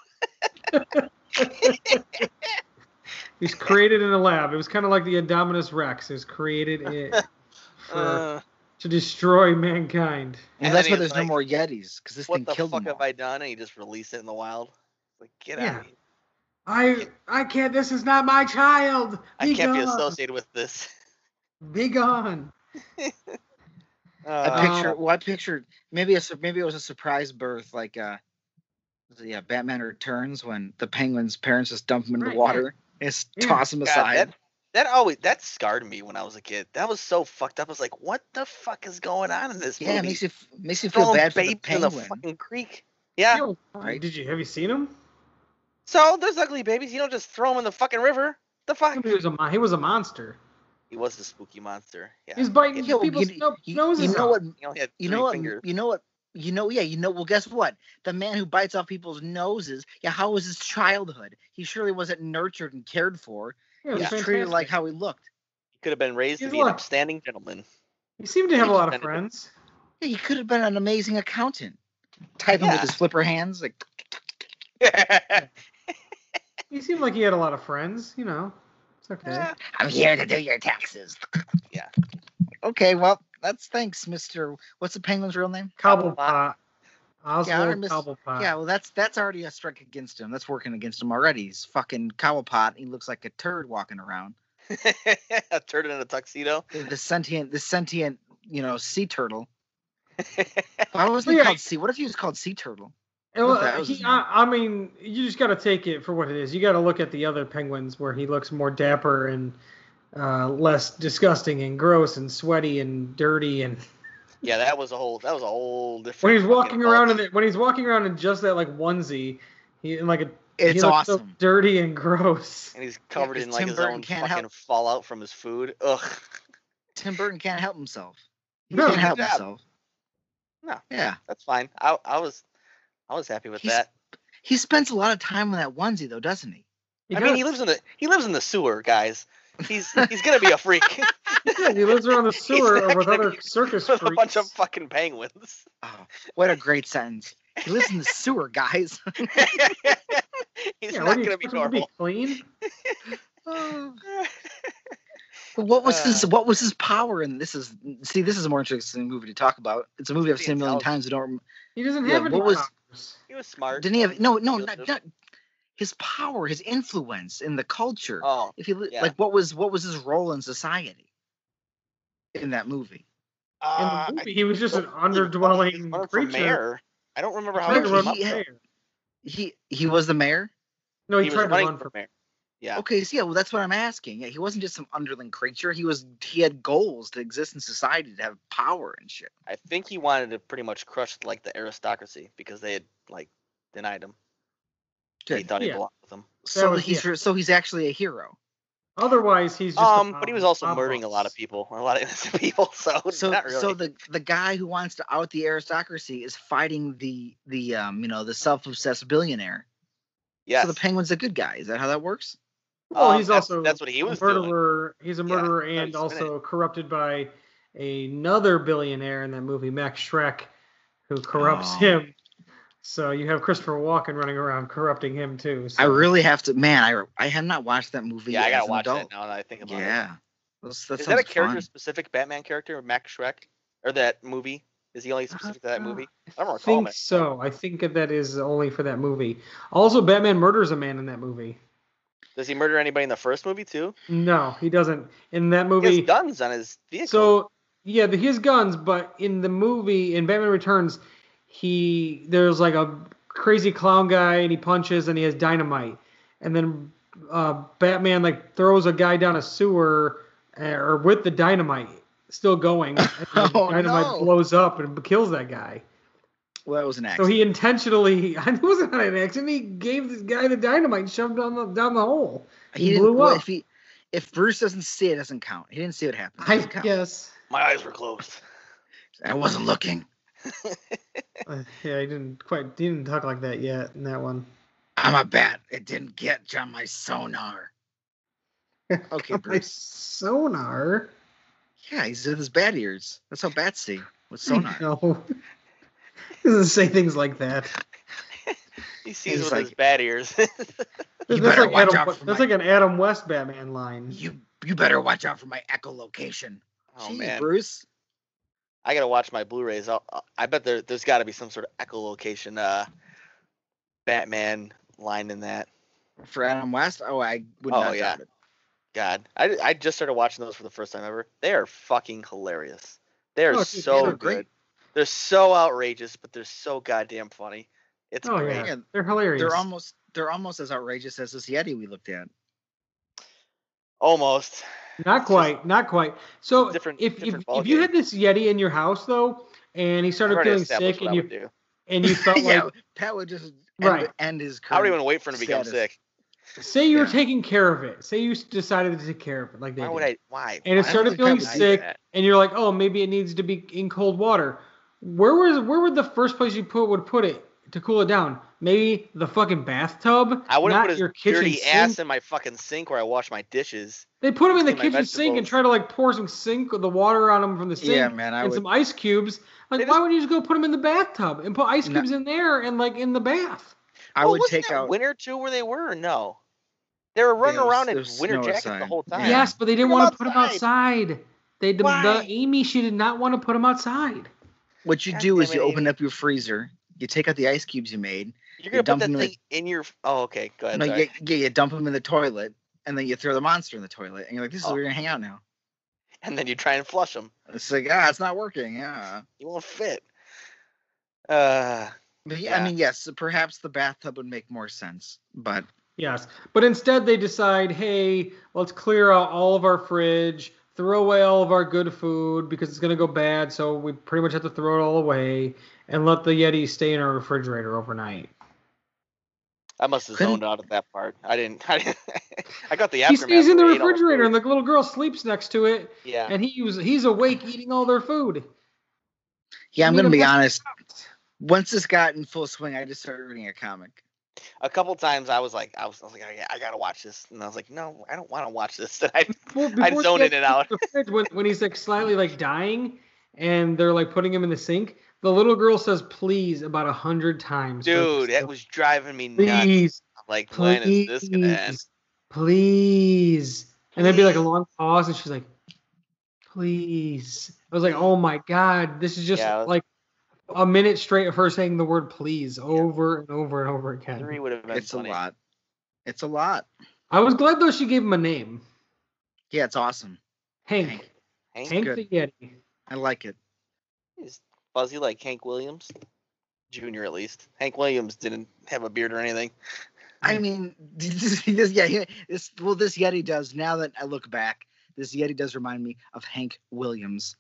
He's created in a lab. It was kind of like the Indominus Rex. It was created in, for, Uh, to destroy mankind. Well, And that's why then he's there's no like, more Yetis because this what thing the killed fuck them. have all. I done? And he just released it in the wild. Like, get out Yeah. of here. I I can't. This is not my child. Be I can't be gone. associated with this. Be gone. I Uh, picture. Well, I pictured maybe a sur- maybe it was a surprise birth, like uh, was it, yeah, Batman Returns when the Penguin's parents just dump him into Right, yeah. water and just Yeah. toss him God, aside. that, that always that scarred me when I was a kid. That was so fucked up. I was like, what the fuck is going on in this yeah, it movie? makes you f- makes you feel Throwing bad for the babes in the penguin. fucking creek. Yeah. Yo, Did you have you seen him? So there's ugly babies. You don't just throw them in the fucking river. The fuck? He was a mon- he was a monster. He was a spooky monster. Yeah. He's biting Yo, people's no- you, noses. you know off. what? He only had You three know what? fingers. You know what? You know, yeah, you know. Well, guess what? The man who bites off people's noses. Yeah, how was his childhood? He surely wasn't nurtured and cared for. Yeah, it was He was treated fantastic. like how he looked. He could have been raised to He's be an what? upstanding gentleman. He seemed to have a lot of Independent. friends. Yeah, he could have been an amazing accountant. Typing with Yeah. his flipper hands, like yeah. He seemed like he had a lot of friends. You know, it's okay. I'm here to do your taxes. Yeah. Okay, well, that's thanks, Mister. What's the penguin's real name? Cobblepot. Oswald miss- Cobblepot. Yeah, well, that's that's already a strike against him. That's working against him already. He's fucking cowapot. He looks like a turd walking around. a turtle in a tuxedo. The, the sentient, the sentient, you know, sea turtle. Why wasn't Yeah. he called sea? What if he was called sea turtle? And, What uh, the hell is he- his name? I, I mean, you just got to take it for what it is. You got to look at the other penguins where he looks more dapper and uh, less disgusting and gross and sweaty and dirty. And Yeah, that was a whole that was a whole different when he's fucking walking around in ballgame. the, when he's walking around in just that like onesie, he in like a he It's looks so awesome. dirty and gross. and he's covered 'cause in like Tim his Burton own can't fucking help- fallout from his food. Ugh. Tim Burton can't help himself. He No, can't good help job. himself. No. Yeah, That's fine. I I was I was happy with He's- that. he spends a lot of time in that onesie, though, doesn't he? He I mean, he does. lives in the he lives in the sewer, guys. He's he's gonna be a freak Yeah, he lives around the sewer not or with gonna other be circus with freaks. a bunch of fucking penguins. Oh, what a great sentence. He lives in the sewer, guys. he's yeah, not what do you gonna expect be him to normal. clean. Oh. But what was his Uh. what was his power and this is see this is a more interesting movie to talk about it's a movie i've Pretty seen a million intelligent. times i don't He doesn't Yeah, have any what was- powers. He was smart. didn't he have no no not, Joseph. not his power his influence in the culture Oh, if you li- yeah. like what was what was his role in society in that movie In uh, the I movie, he was just an believe he underdwelling run for creature. mayor. I don't remember how Tried he to he run came up. for had- though. mayor. he he was the mayor No, he, He was tried to running run for for mayor. Yeah. okay so yeah well that's what i'm asking yeah he wasn't just some underling creature he was he had goals to exist in society to have power and shit I think he wanted to pretty much crush like the aristocracy because they had like denied him. He Good. thought he Yeah. belonged with them. so was- he's so he's actually a hero Otherwise, he's just Um, a but he was also oddball. murdering a lot of people, a lot of innocent people. So, So, not really. so the the guy who wants to out the aristocracy is fighting the the um you know the self obsessed billionaire. yes. So the penguin's a good guy. Is that how that works? Well, Um, he's that's- also that's what he a was doing. murderer. He's a Yeah, murderer no, and he's also corrupted by another billionaire in that movie, Max Shrek, who corrupts Oh. him. So you have Christopher Walken running around corrupting him too. So I really have to. Man, I I have not watched that movie. Yeah, I as gotta an watch adult. that now that I think about Yeah, That's- it. that Is that a sounds fun. character specific Batman character, Max Shrek, or that movie? Is he only specific to that Uh-huh. movie? I don't I recall think him. so. I think that is only for that movie. Also, Batman murders a man in that movie. Does he murder anybody in the first movie too? No, he doesn't. In that He has movie, guns on his vehicle. So yeah, the, he has guns, but in the movie in Batman Returns, he there's like a crazy clown guy and he punches and he has dynamite, and then uh, Batman like throws a guy down a sewer uh, or with the dynamite still going, and the Oh, dynamite no. blows up and kills that guy. Well, that was an So accident. he intentionally it wasn't an accident. He gave this guy the dynamite and shoved down the down the hole. he, he didn't, blew well, up. If, he, if Bruce doesn't see it, it doesn't count. He didn't see what happened. It I doesn't count. guess. My eyes were closed. I wasn't looking. Uh, yeah, he didn't quite he didn't talk like that yet in that one. I'm a bat. It didn't get on my sonar. Okay, Got my Bruce. sonar. Yeah, he's with his bat ears. That's how bats see with sonar. No. He doesn't say things like that. He sees He's with his like- bad ears. You that's better like watch Adam, out for that's my- like an Adam West Batman line. You you better watch out for my echolocation. oh Jeez, man, Bruce. I gotta watch my Blu-rays. I'll, I'll- I bet there, there's got to be some sort of echolocation uh, Batman line in that. For Adam West. Oh, I would Oh, not yeah. doubt it. God, I, I just started watching those for the first time ever. They are fucking hilarious. They are Oh, dude, yeah, so they're good. great. They're so outrageous, but they're so goddamn funny. It's Oh great. yeah, Yeah. they're hilarious. They're almost they're almost as outrageous as this Yeti we looked at. Almost. not just- quite, not quite. So different- if different if, if you ballgame. had this Yeti in your house though, and he I've started already feeling established sick, what I and would you do. and you felt like yeah, Pat would just end, Right. end his I career. would even wait for him to become status. sick. say you were Yeah. taking care of it, say you s- decided to take care of it like they Why did. would I? Why? and it Why started would feeling I do sick, that? and you're like, oh, maybe it needs to be in cold water. Where was where would the first place you put would put it to cool it down? Maybe the fucking bathtub. I wouldn't not put his your kitchen dirty sink. ass in my fucking sink where I wash my dishes. They put him in the in my kitchen sink and vegetables. try to like pour some sink the water on him from the sink Yeah, man, I and would some ice cubes. Like, They why just- would you just go put him in the bathtub and put ice No. cubes in there and like in the bath? I Well, would wasn't take that out winter too where they were? or No, they were running it was- around it in was winter snow jackets the outside. whole time. Yeah. Yes, but they didn't Put him want to put him outside. They the, the Why? Amy she did not want to put him outside. what you God do is damn it, you open Amy. up your freezer, you take out the ice cubes you made. You're You gonna dump put him that in thing the- in your. Oh, okay. Go ahead. no, sorry. you, yeah, you dump them in the toilet, and then you throw the monster in the toilet, and you're like, "This is Oh. where you're gonna hang out now." And then you try and flush them. It's like, ah, it's not working. Yeah, You won't fit. Uh, but yeah, Yeah. I mean, yes, perhaps the bathtub would make more sense, but Yes, but instead they decide, hey, let's clear out all of our fridge, throw away all of our good food because it's gonna go bad. So we pretty much have to throw it all away and let the Yeti stay in our refrigerator overnight. I must have Couldn't- zoned out at that part. I didn't. I, didn't, I got the he aftermath. stays in the where he ate all refrigerator, and food. the little girl sleeps next to it, yeah. and he was he's awake eating all their food. yeah, I'm You gonna need be to put- honest. Once this got in full swing, I just started reading a comic. A couple times I was like, I was, I was like, I, I gotta watch this, and I was like, no, I don't want to watch this. And I, Well, I'd before zone he in and out. the fridge, when, when he's like slightly like dying, and they're like putting him in the sink. The little girl says "please" about a hundred times. Dude, that was driving me nuts. please. Like, when is please, this gonna end? please. And there'd be like a Please. long pause, and she's like, please. I was like, oh my God, this is just Yeah, it was- like a minute straight of her saying the word please over and over and over Three again. would have been It's funny. a lot. It's a lot. I was glad though she gave him a name Yeah, it's awesome. Hank. Hank Hank Good. the Yeti. I like it. is fuzzy like Hank Williams, Junior at least. Hank Williams didn't have a beard or anything. I mean, this, yeah, yeah, this well, this Yeti does. Now that I look back, this Yeti does remind me of Hank Williams.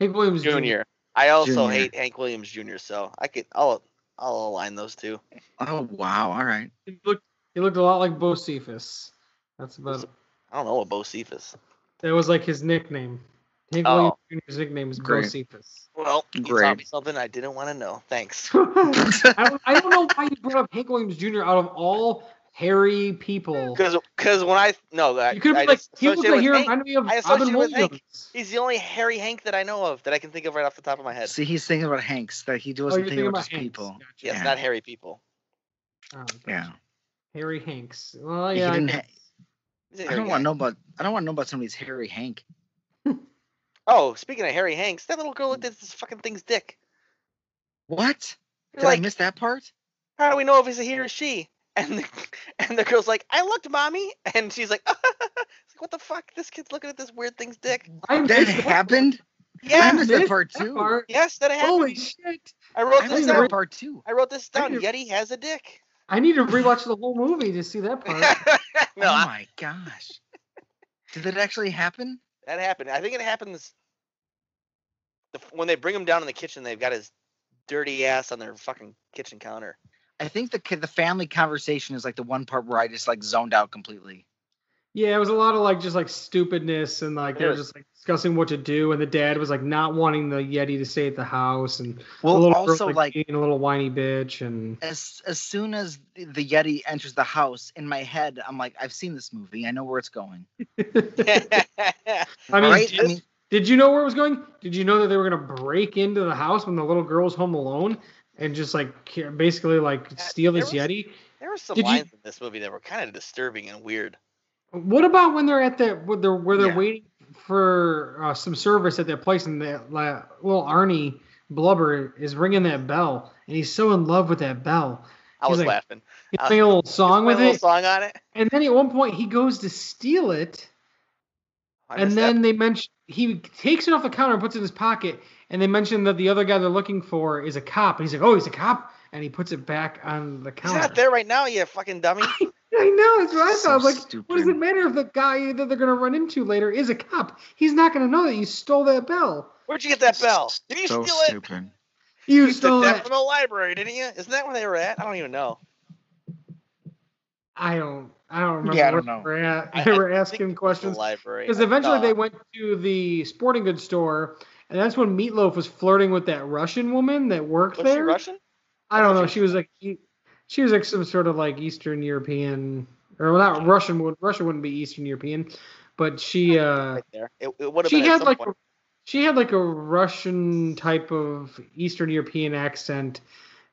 Hank Williams Jr. Junior. I also Junior. hate Hank Williams Junior. So I could I'll I'll align those two. Oh wow! All right. He looked, he looked a lot like Bo Cephas. That's about I don't know what Bo Cephas. That was like his nickname. Hank Oh. Williams Jr.'s nickname is Bo Great. Cephas. Well, you taught Great. me something I didn't want to know. Thanks. I, don't- I don't know why you brought up Hank Williams Jr. out of all hairy people. Because when I no, I, You could I have like just he looked associate like with he Hank. reminded me of I Robin associate with Hank. Williams. He's the only hairy Hank that I know of that I can think of right off the top of my head. See, he's thinking about Hanks, that he Oh, you're wasn't thinking, thinking about about his Hanks. people. Gotcha. Yes, Yeah. not hairy people. Oh, gotcha. Yeah. Harry Hanks. Well, He yeah. I didn't guess. He's a I hairy don't guy. want to know about I don't want to know about somebody's hairy Hank. Oh, speaking of hairy Hanks, that little girl looked at this fucking thing's dick. What? You're Did like, I miss that part? how do we know if it's a he or she? And the, and the girl's like, I looked, mommy, and she's like, it's like, what the fuck? This kid's looking at this weird thing's dick. I That missed happened? I Yeah, missed that missed part that too. part. yes, that happened. Holy shit! I I wrote this never- missed down. that part too. I wrote this I down. didn't- Yeti has a dick. I need to rewatch the whole movie to see that no, part. oh I- my gosh. Did that actually happen? that happened. I think it happens the, f- when they bring him down in the kitchen. They've got his dirty ass on their fucking kitchen counter. I think the kid- the family conversation is like the one part where I just like zoned out completely. Yeah, it was a lot of like just like stupidness and like they were Yes. just like discussing what to do, and the dad was like not wanting the Yeti to stay at the house, and the Well, little girl, also like being a little whiny bitch, and as as soon as the- the Yeti enters the house, in my head, I'm like, I've seen this movie. I know where it's going. I mean, right? did, I mean, did you know where it was going? Did you know that they were gonna break into the house when the little girl was home alone and just like ca- basically like steal Uh, there this was- Yeti? there were some Did you- lines in this movie that were kind of disturbing and weird. What about when they're at that where they're where they're Yeah. waiting for uh, some service at that place and that like, little Arnie blubber is ringing that bell and he's so in love with that bell. I He's was like, laughing. He's Uh, playing a little song Put a with little it, song on it. and then at one point he goes to steal it, I and missed that. then they mention he takes it off the counter and puts it in his pocket, and they mention that the other guy they're looking for is a cop, and he's like, "Oh, he's a cop," and he puts it back on the he's counter. not there right now, you fucking dummy. I know. It's what I So thought. I was like, what does stupid. it matter if the guy that they're gonna run into later is a cop? He's not gonna know that you stole that bell. Where'd you get that bell? Did you so steal it? stupid. You, You stole took that that. from the library, didn't you? Isn't that where they were at? I don't even know. I don't. I don't remember. Yeah, I don't where know. We're at. I- They I were think it was asking the questions library. because I eventually thought. they went to the sporting goods store, and that's when Meatloaf was flirting with that Russian woman that worked Was she there. Russian? I don't know. She was like, e- she was like some sort of like Eastern European, or not Russian. would- Russia wouldn't be Eastern European, but she. uh Right there. It, it would have she been at had some like point. a, she had like a Russian type of Eastern European accent.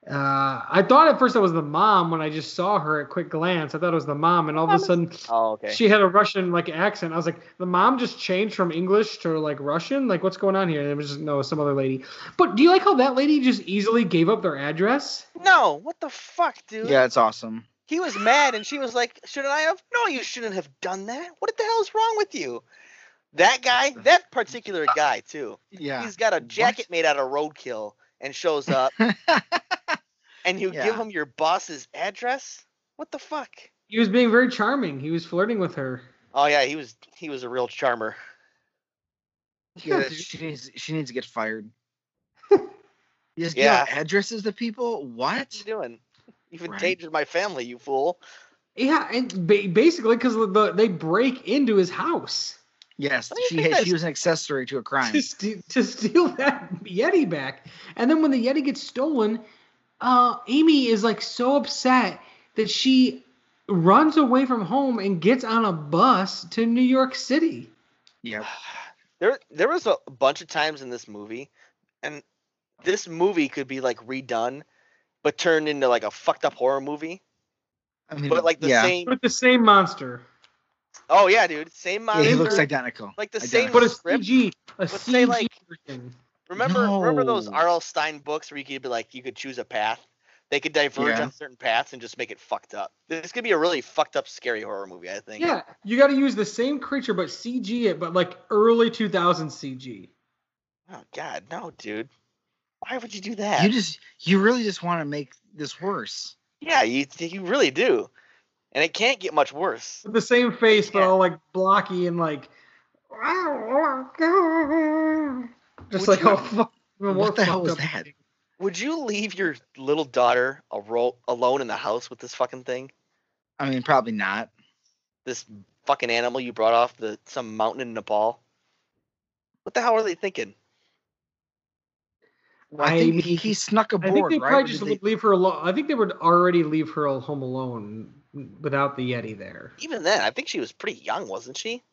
Uh, I thought at first that was the mom when I just saw her at quick glance. I thought it was the mom, and all of a sudden Oh, okay. she had a Russian like accent. I was like, the mom just changed from English to like Russian. Like, what's going on here? And it was just no, some other lady. But do you like how that lady just easily gave up their address? no, what the fuck, dude? Yeah, it's awesome. He was mad, and she was like, "Shouldn't I have? No, you shouldn't have done that. What the hell is wrong with you?" That guy, that particular guy too. Yeah. He's got a jacket made out of roadkill and shows up, and you give Yeah. him your boss's address. What the fuck? He was being very charming. He was flirting with her. Oh yeah, he was he was a real charmer. Yeah, yeah dude. she needs she needs to get fired. You just Yeah. give out addresses to people? What What? you doing? You've Right. endangered my family, you fool. Yeah, and ba- basically because the, they break into his house. Yes, What do you she think had, that's- she was an accessory to a crime. to, ste- to steal that Yeti back. And then when the Yeti gets stolen, uh, Amy is like so upset that she runs away from home and gets on a bus to New York City. Yep. There there was a bunch of times in this movie, and this movie could be like redone, but turned into like a fucked up horror movie. I mean, But like the yeah. same. With the same monster. Oh yeah, dude, same Yeah, monster. he looks identical. like the same. identical. But a script. CG. A But say, CG like- version. Remember, remember those No. R.L. Stein books where you could be like, you could choose a path. They could diverge Yeah. on certain paths and just make it fucked up. This could be a really fucked up, scary horror movie. I think. Yeah, you got to use the same creature, but CG it, but like early 2000 CG. Oh God, no, dude. Why would you do that? You just you really just want to make this worse. yeah, you you really do, and it can't get much worse. With the same face, but Yeah. all like blocky and like. Just Would like you- all fuck. more What the hell fucked was up. that? Would you leave your little daughter a ro- alone in the house with this fucking thing? I mean, probably not. This fucking animal you brought off the some mountain in Nepal? What the hell are they thinking? Well, I think I he, he snuck I aboard, think they right? probably Or just did they- leave her alone. I think they would already leave her al- home alone without the Yeti there. Even then, I think she was pretty young, wasn't she?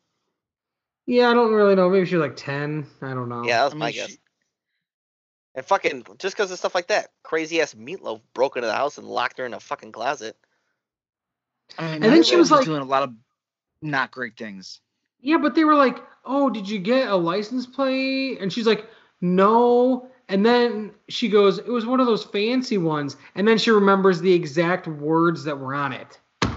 Yeah, I don't really know. Maybe she was like ten. I don't know. Yeah, that I was mean, my she- guess. And fucking just because of stuff like that, crazy ass meatloaf broke into the house and locked her in a fucking closet. I mean, then Meatloaf she was like- doing a lot of not great things. Yeah, but they were like, "Oh, did you get a license plate?" And she's like, "No." And then she goes, "It was one of those fancy ones." And then she remembers the exact words that were on it. Well,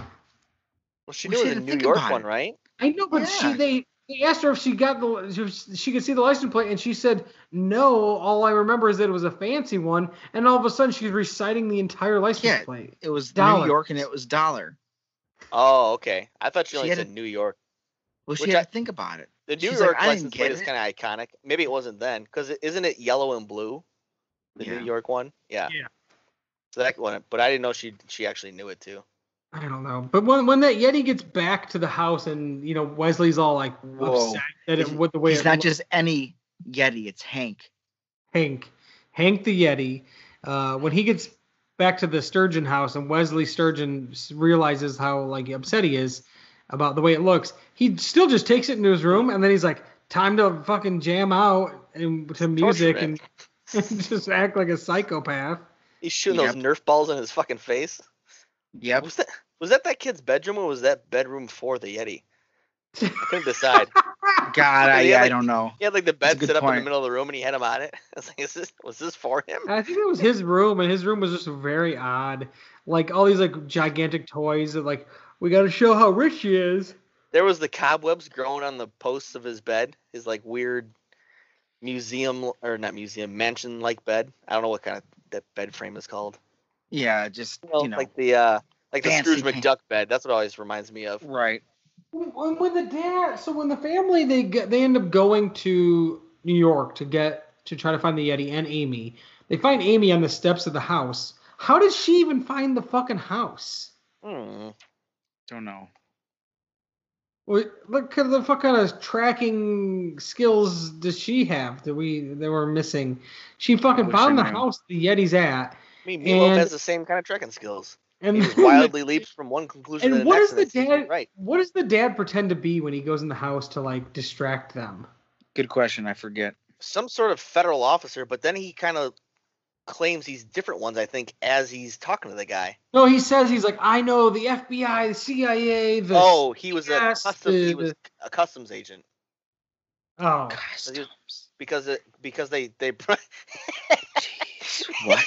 she Well, she knew it was didn't a New think York about one, it. right? I know, but she Yeah. they, they asked her if she got the if she could see the license plate, and she said no. All I remember is that it was a fancy one, and all of a sudden she's reciting the entire license Yeah. plate. It was Dollar. New York and it was dollar. Oh, okay. I thought She you only had said a- New York. Well, she Which had I- to think about it. The New She's like, York "I didn't license plate get is it." kind of iconic. Maybe it wasn't then, because isn't it yellow and blue? The Yeah. New York one. Yeah. Yeah. So that one, but I didn't know she she actually knew it too. I don't know, but when when that Yeti gets back to the house, and you know Wesley's all like Whoa. upset that it He's- with the way He's it not looked. just any Yeti, it's Hank. Hank, Hank the Yeti, uh, when he gets back to the Sturgeon house and Wesley Sturgeon s- realizes how like upset he is about the way it looks, he still just takes it into his room and then he's like, "Time to fucking jam out and to music it. and, just act like a psychopath." He's shooting those Yep. Nerf balls in his fucking face. Yep. Was that was that that kid's bedroom or was that bedroom for the Yeti? I couldn't decide. God, I, They had, I like- don't know. He had like the That's a bed good set up in the point. middle of the room and he had him on it. I was like, is this was this for him? I think it was his room, and his room was just very odd. Like all these like gigantic toys that like we got to show how rich he is. There was the cobwebs growing on the posts of his bed, his like weird museum or not museum mansion like bed. I don't know what kind of that bed frame is called. Yeah, just, You know, you know, like the uh like the fancy Scrooge paint. McDuck bed. That's what it always reminds me of. right. When, when the dad, so when the family they get, they end up going to New York to get to try to find the Yeti and Amy. They find Amy on the steps of the house. How did she even find the fucking house? Hmm. Don't know. Wait, Look, 'cause the fuck kind of tracking skills does she have that we that we're missing? She fucking wish I found the knew. house the Yeti's at, I mean, Meatloaf And- has the same kind of trekking skills. He and just wildly leaps from one conclusion to And the what next. does the and then dad? sees Right. What does the dad pretend to be when he goes in the house to like distract them? Good question. I forget. some sort of federal officer, but then he kind of claims he's different ones. I think as he's talking to the guy. No, he says he's like, I know the FBI, the CIA, the oh, he was a yes, custom, he the- was a customs agent Oh, Customs. because it because they they Jeez, what?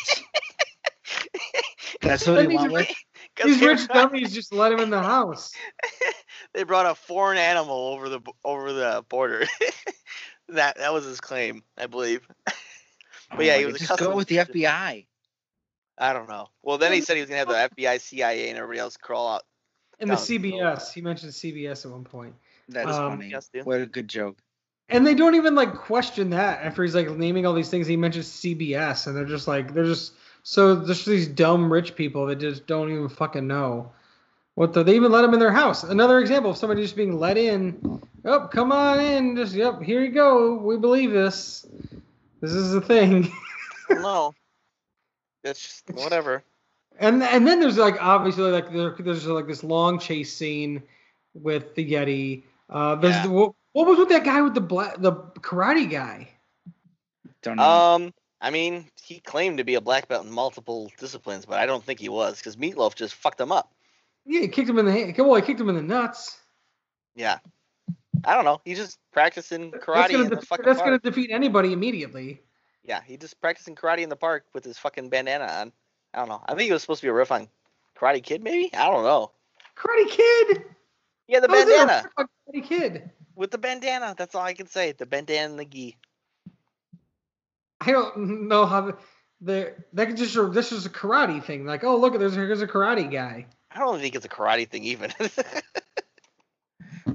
That's what That he means went you're- with? because these they, rich brought, dummies just let him in the house. they brought a foreign animal over the bo- over the border. that that was his claim, I believe. But yeah, Oh my he God, was a just go customs with the agent. FBI. I don't know. Well, then he said he was gonna have the FBI, CIA, and everybody else crawl out. And the Sounds cool. CBS, he mentioned CBS at one point. That's Um, funny. Yes, dude. What a good joke. And they don't even like question that after he's like naming all these things. He mentions CBS, and they're just like they're just so there's these dumb rich people that just don't even fucking know what the, they even let him in their house. Another example of somebody just being let in. Oh, come on in. Just yep, here you go. We believe this. This is the thing. No, that's just whatever. And and then there's like obviously like there, there's like this long chase scene with the Yeti. Uh, there's Yeah. the, what, what was with that guy with the black the karate guy? Hmm. Don't know. Um, I mean, he claimed to be a black belt in multiple disciplines, but I don't think he was because Meatloaf just fucked him up. Yeah, he kicked him in the hand. Well, he kicked him in the nuts. Yeah, I don't know. He's just practicing that's karate gonna, in the def- fucking that's park. gonna defeat anybody immediately. Yeah, he just practicing karate in the park with his fucking bandana on. I don't know. I think it was supposed to be a riff on Karate Kid, maybe. I don't know. Karate Kid. Yeah, the How is there a bandana fucking Karate Kid. with the bandana. That's all I can say. The bandana and the gi. I don't know how the, the that could just this is a karate thing. Like, oh look, there's here's a karate guy. I don't think it's a karate thing even.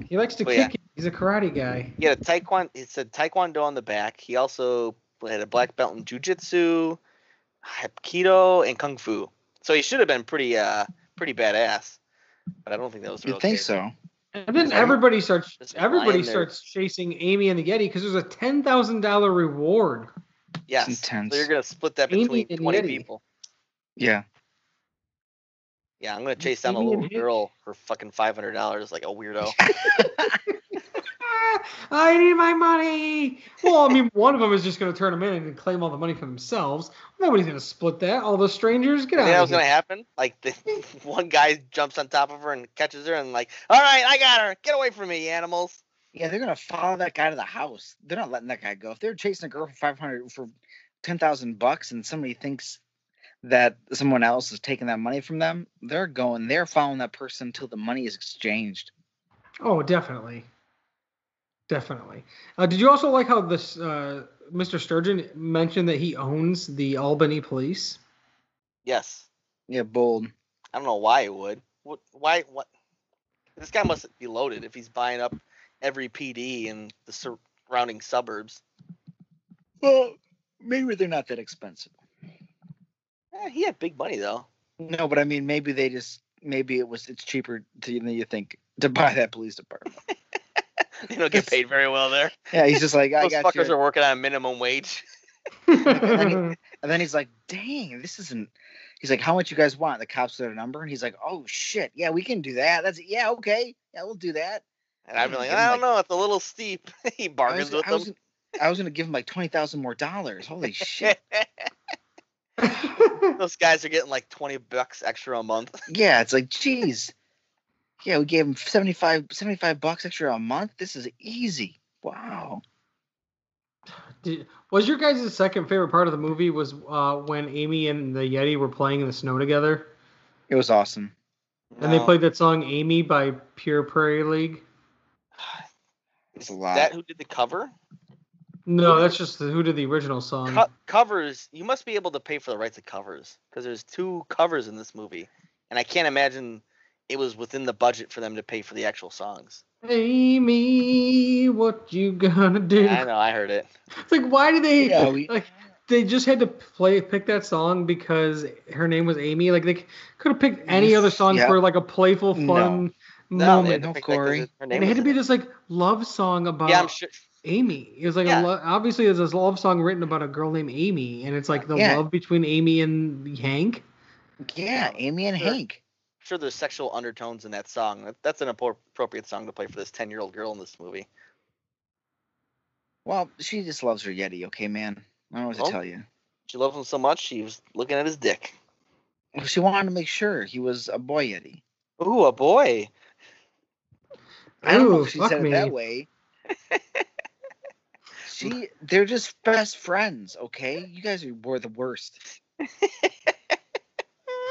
He likes to Well, kick. Oh, yeah. it. He's a karate guy. He had a taekwondo. It said taekwondo on the back. He also had a black belt in jujitsu, hapkido, and kung fu. So he should have been pretty, uh, pretty badass. But I don't think that was. the You'd real think case. so. And then everybody starts Just lying everybody there. starts chasing Amy and the Yeti because there's a ten thousand dollar reward. Yes. Intense. So you're gonna split that Amy between and twenty Yeti. people. Yeah. Yeah, I'm gonna chase down a Amy little and Yeti. girl for fucking five hundred dollars like a weirdo. Ah, I need my money. Well, I mean, one of them is just going to turn them in and claim all the money for themselves. Nobody's going to split that. All those strangers, get You out. think that of was here. gonna happen? Like the one guy jumps on top of her and catches her and like, all right, I got her. Get away from me, you animals. Yeah, they're gonna follow that guy to the house. They're not letting that guy go. If they're chasing a girl for five hundred for ten thousand bucks, and somebody thinks that someone else is taking that money from them, they're going. They're following that person until the money is exchanged. Oh, definitely, definitely. Uh, did you also like how this uh, Mr. Sturgeon mentioned that he owns the Albany Police? Yes. Yeah, bold. I don't know why it would. What? Why? What? This guy must be loaded if he's buying up every PD in the surrounding suburbs. Well, maybe they're not that expensive. Eh, he had big money though. No, but I mean, maybe they just maybe it was it's cheaper to, than you think to buy that police department. They don't get paid very well there. Yeah, he's just like I Those got you. fuckers are working on minimum wage. And then he's like, dang, this isn't. He's like, how much you guys want? The cops their number. And he's like, oh shit. Yeah, we can do that. That's, yeah, okay. Yeah, we'll do that. And I'd be Yeah, like, give him, I like- don't know, it's a little steep. he I bargains was, with I was, them. I was going to give him like 20,000 more dollars. Holy shit. Those guys are getting like twenty bucks extra a month. yeah, it's like, geez. Yeah, we gave him 75, 75 bucks extra a month. This is easy. Wow. Did- was your guys' second favorite part of the movie was uh, when Amy and the Yeti were playing in the snow together, It was awesome. and they No. played that song "Amy" by Pure Prairie League? It's Is a lot. that who did the cover? No, that's just the, who did the original song. Co- covers. You must be able to pay for the rights of covers because there's two covers in this movie, and I can't imagine it was within the budget for them to pay for the actual songs. Amy, what you gonna do? I know, I heard it. It's like, why did they? Yeah, we- like, they just had to play pick that song because her name was Amy. Like, they could have picked any other song Yeah. for like a playful, No. fun No, they moment. had to no, pick that 'cause Corey. it- her name And it had was to in be it. this like love song about Yeah, I'm sure. Amy. It was like a Yeah. lo- obviously there's this love song written about a girl named Amy, and it's like the Yeah. love between Amy and Hank. Yeah, Amy and Sure. Hank. Sure, there's sexual undertones in that song. That, that's an appro- appropriate song to play for this ten-year-old girl in this movie. Well, she just loves her Yeti, okay, man? I don't know what to Well, tell you. She loves him so much, she was looking at his dick. She wanted to make sure he was a boy Yeti. Ooh, a boy. I don't know Ooh, if she Oh, fuck said me. it that way. she, they're just best friends, okay? You guys are were the worst,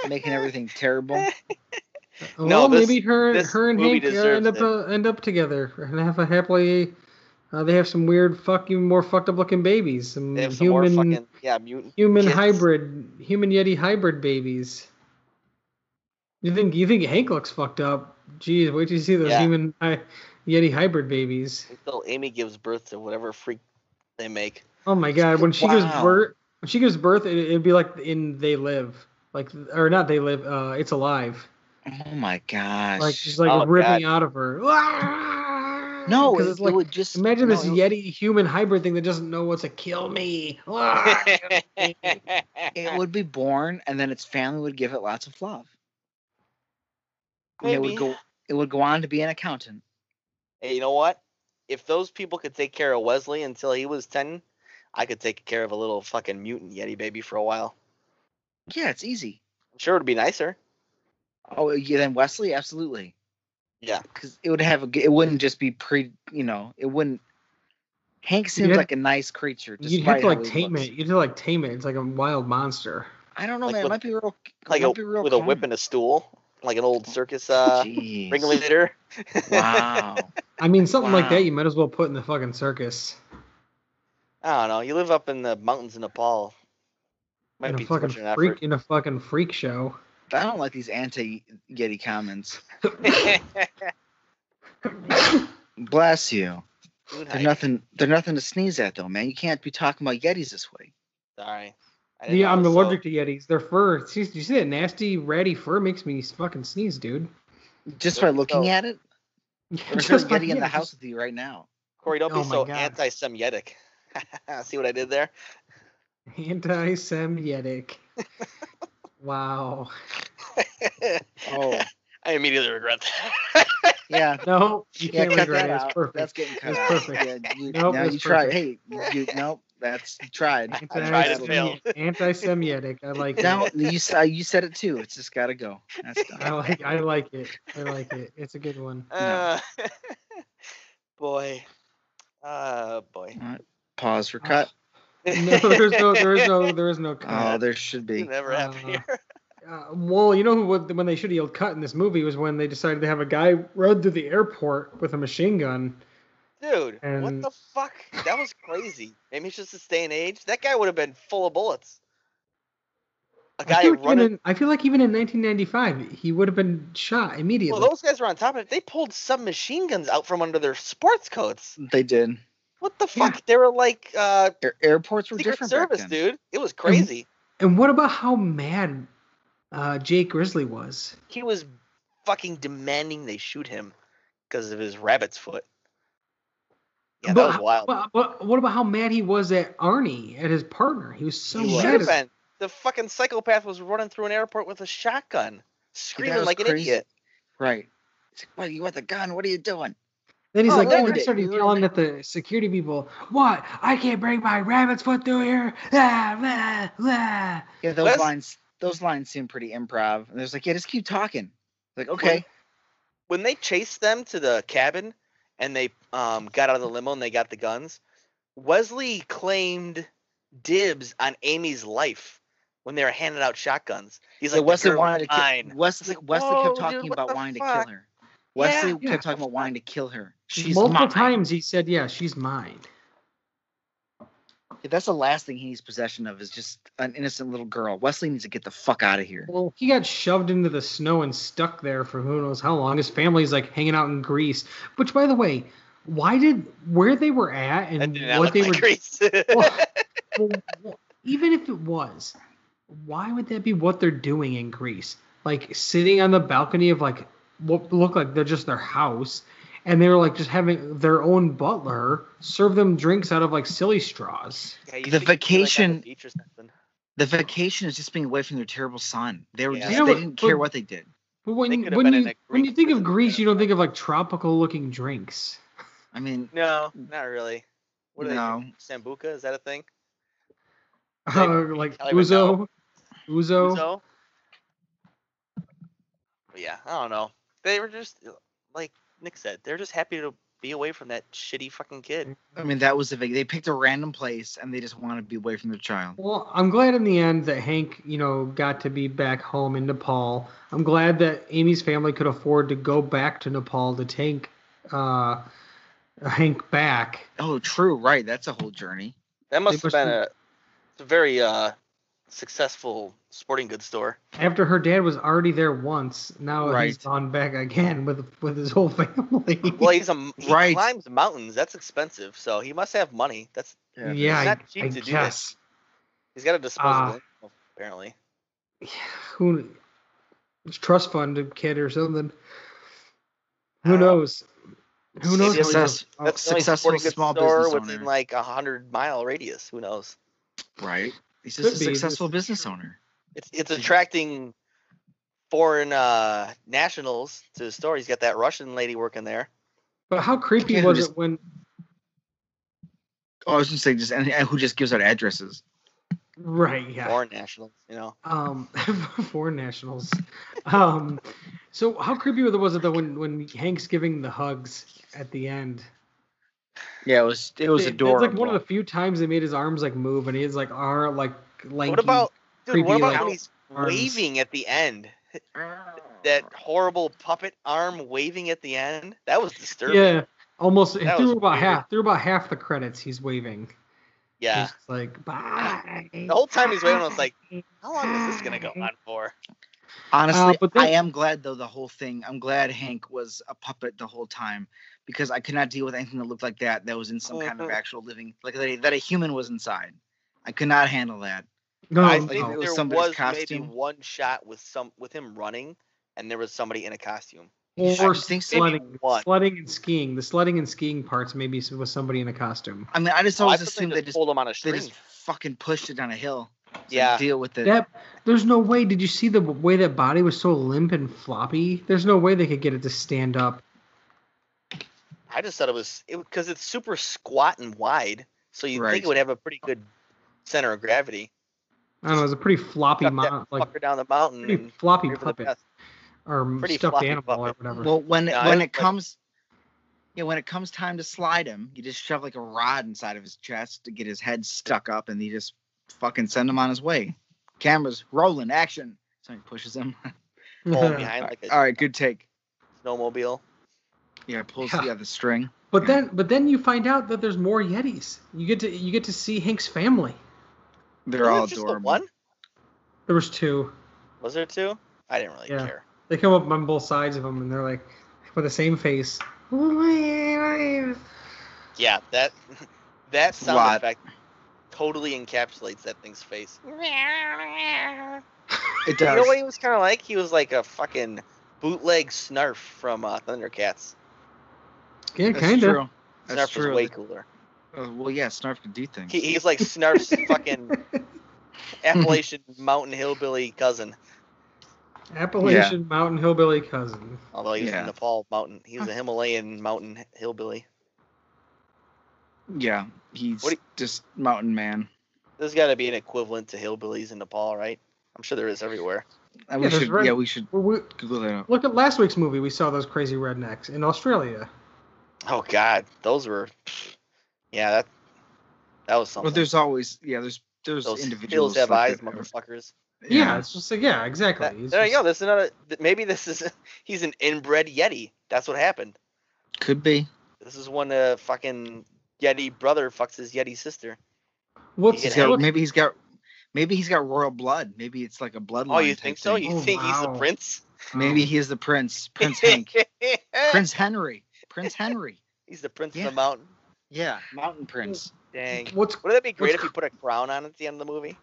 making everything terrible. Oh, Well, No, this- maybe her, this her and movie Hank uh, end deserves up it. uh, end up together and have a happily. Uh, they have some weird, fucking more fucked up looking babies, some They have some human more fucking yeah mutant. human kids. hybrid, human yeti hybrid babies. You think you think Hank looks fucked up? Geez, wait till you see those Yeah. human hi- yeti hybrid babies. Until Amy gives birth to whatever freak they make. Oh my god, when she gives Wow. birth, when she gives birth, it, it'd be like in They Live, like or not They Live, uh, It's Alive. Oh my gosh! Like she's like Oh, ripping God. out of her. no, because it, it's like it would just Imagine no, this it- Yeti human hybrid thing that doesn't know what to kill me. Ah! It would be born, and then its family would give it lots of love. And It Maybe. would go. It would go on to be an accountant. Hey, you know what? If those people could take care of Wesley until he was 10, I could take care of a little fucking mutant Yeti baby for a while. Yeah, it's easy. I'm sure it would be nicer. Oh, yeah, then Wesley, absolutely. Yeah. because it would have a. g- It wouldn't just be pre. You know, it wouldn't. Hank seems had- like a nice creature. You'd have despite to how like he tame looks. it. You'd have to like tame it. It's like a wild monster. I don't know, Like man. with- it might be real. it Like might a, be real with a whip calming. and a stool, like an Oh, old circus uh, Jeez. ringleader. wow. I mean, something like Wow. that you might as well put in the fucking circus. I don't know. You live up in the mountains in Nepal. Might in be a too fucking much of an freak effort. in a fucking freak show. I don't like these anti-Yeti comments. Bless you. Moon They're hike. nothing. They're nothing to sneeze at, though, man. You can't be talking about Yetis this way. Sorry. I didn't Yeah, know I'm it was so- allergic to Yetis. Their fur. See, you see that nasty ratty fur makes me fucking sneeze, dude. Just They're by looking so- at it. Or if they're getting in the house with you right now. Corey, don't Oh be my so God. anti-Semitic. See what I did there? Anti-Semitic. wow. Oh, I immediately regret that. yeah. No, you Yeah, can't cut regret that it. It's out. perfect. That's getting cut It's out. perfect. Yeah, you, Nope, now it's you try. Hey, perfect. you, nope, that's you tried. I Anti- tried and that. failed. Anti-Semitic. I like Now it. you s- uh, you said it too. It's just gotta go. That's done. I like. I like it. I like it. It's a good one. Uh, boy. Uh, boy. Pause for cut. No, there's no. There is no. There is no Oh, cut. there should You be. never Uh, have here. Oh. Uh, well, you know who? would- When they should have yelled cut in this movie was when they decided to have a guy run through the airport with a machine gun. Dude, what and- the fuck? That was crazy. Maybe it's just this day and age. That guy would have been full of bullets. A I guy feel, like even running. in, I feel like even in 1995, he would have been shot immediately. Well, those guys were on top of it. They pulled submachine guns out from under their sports coats. They did. What the Mm. Yeah. fuck? They were like uh, Air- airports were Secret different. Service, back then. dude. It was Mm-hmm. crazy. and what about how mad uh, Jake Grizzly was? He was fucking demanding they shoot him because of his rabbit's foot. Yeah, that But- was wild. But, but what about how mad he was at Arnie, at his partner? He was so He mad. should have at- been. The fucking psychopath was running through an airport with a shotgun, screaming was like an crazy. idiot. Right. It's like, well, you want the gun? What are you doing? Then he's Oh, like, ruined then I it. started You ruined yelling at the security people. What? I can't bring my rabbit's foot through here. Ah, blah, blah." Yeah, those Let's- lines. Those lines seem pretty improv. And there's like, yeah, just keep talking. Like, okay, When they chased them to the cabin and they um, got out of the limo and they got the guns, Wesley claimed dibs on Amy's life when they were handing out shotguns. He's So like, Wesley "The girl wanted to mine." kill Wesley. Wesley "Whoa, kept dude, talking what about the wanting to fuck?" kill her. Wesley Yeah. kept talking about wanting to kill her. She's Multiple mine. times he said, yeah, she's mine. Yeah, that's the last thing he needs possession of is just an innocent little girl. Wesley needs to get the fuck out of here. Well, he got shoved into the snow and stuck there for who knows how long. His family's like hanging out in Greece. Which, by the way, why did where they were at That and did not what look they like were Greece. Well, well, well, even if it was, why would that be what they're doing in Greece? Like sitting on the balcony of like what look like they're just their house, and they were like just having their own butler serve them drinks out of like silly straws. Yeah, you the think you're, like, on vacation- beach or something. The vacation is just being away from their terrible son. They were Yeah. just You know they what- didn't care but- what they did. But when, They could've when been in you a when Greek you think of prison Greece, you kind of don't think of like tropical looking drinks. I mean, No, not really. What are Mm. No. they? do? Sambuca is that a thing? They- Uh, like Kelly would know. Uzo, Uzo. So, but yeah, I don't know. They were just like Nick said, they're just happy to be away from that shitty fucking kid. I mean that was the vac- they picked a random place and they just want to be away from their child. Well, I'm glad in the end that Hank, you know, got to be back home in Nepal. I'm glad that Amy's family could afford to go back to Nepal to take uh, Hank back. Oh, true, right? That's a whole journey. That must have must been be- a, it's a very uh, successful sporting goods store. After her dad was already there once, now he's Right. gone back again with with his whole family. Well, he's a m- he Right. climbs mountains. That's expensive, so he must have money. That's yeah, it's I, not cheap I to do this. guess. he's got a disposable Uh, Ah. income, apparently. Who it's trust fund kid or something? I Who don't know. knows? Who knows? Maybe Uh, it's what just- he's up- That's the only Successful sporting goods small store business within owner. like a hundred mile radius. Who knows? right? He's just Could a be, successful this business owner. It's it's attracting foreign uh nationals to the store. He's got that Russian lady working there. But how creepy Yeah, was just- it when Oh, I was gonna say just and, and who just gives out addresses. right? Yeah. Foreign nationals, you know. um foreign nationals um so how creepy was it though when when hank's giving the hugs at the end Yeah, it was it was adorable. it's like one of the few times they made his arms like move and he's like are like lanky what about dude? What creepy, about like, when he's arms. waving at the end? That horrible puppet arm waving at the end. That was disturbing. yeah almost That through was about weird. half through about half the credits he's waving Yeah. he's just like bye The whole time he's waiting, I was like, how long is this gonna go on for? Honestly, Uh, but then- I am glad though the whole thing. I'm glad Hank was a puppet the whole time because I could not deal with anything that looked like that that was in some kind of Mhm. actual living like that a, that a human was inside. I could not handle that. no I no. like, think it was there somebody's was maybe costume. one shot with some with him running, and there was somebody in a costume. Or I think so. sledding, one. sledding and skiing. The sledding and skiing parts maybe s- with somebody in a costume. I mean, I just Oh, I always thought assumed they they just just pulled them on a they string. just fucking pushed it down a hill. It's like, yeah, deal with it. That there's no way. Did you see the way that body was so limp and floppy? There's no way they could get it to stand up. I just thought it was because it's super squat and wide, so you would Right. think it would have a pretty good center of gravity. I don't know. It's a pretty floppy, Chuck mo- that like fucker down the mountain. pretty and floppy you're for the puppet best. or Pretty stuffed floppy animal or puppet. whatever. Well, when Yeah, I when was it like- comes, yeah, when it comes time to slide him, you just shove like a rod inside of his chest to get his head stuck up, and you just fucking send him on his way. Cameras rolling, action. Somebody pushes him. Pull behind like a All right, good take. snowmobile. Yeah, pulls Yeah. the other string. but then, but then you find out that there's more Yetis. You get to you get to see Hank's family. They're Wasn't all it just the adorable. one? There was two. Was there two? I didn't really Yeah. care. They come up on both sides of him, and they're like with the same face. Well, Yeah, that that sound Lot. effect totally encapsulates that thing's face. It You know does. what he was kind of like? He was like a fucking bootleg Snarf from uh, Thundercats. Yeah, That's kind of. true. That's Snarf true. was way cooler. Uh, well, yeah, Snarf can do things. He, he's like Snarf's fucking Appalachian mountain hillbilly cousin. Appalachian Mountain Hillbilly cousin. Although he was Yeah. in Nepal mountain, he was a Himalayan mountain hillbilly. yeah, he's What do just mountain man. There's got to be an equivalent to hillbillies in Nepal, right? I'm sure there is everywhere. Uh, Yeah, we there's should. red- Yeah, we should Well, we, Google that up. look at last week's movie. We saw those crazy rednecks in Australia. Oh God, those were, yeah, that that was something. But there's always yeah, there's there's those individuals hills have like eyes, that are- motherfuckers. Yeah, it's just like, yeah, exactly. That- It's there you go. just- This is another. th- Maybe this is he's an inbred Yeti. That's what happened. could be. This is when a fucking Yeti brother fucks his Yeti sister. What's You He's can got, look- maybe he's got maybe he's got royal blood. Maybe it's like a bloodline. Oh, you type think so? thing. You Oh, think he's wow. the prince? Maybe he is the prince, Prince Hank, Prince Henry, Prince Henry. He's the prince Yeah. of the mountain. Yeah, Mountain Prince. Dang. What's Wouldn't that be great What's if you put a crown on at the end of the movie?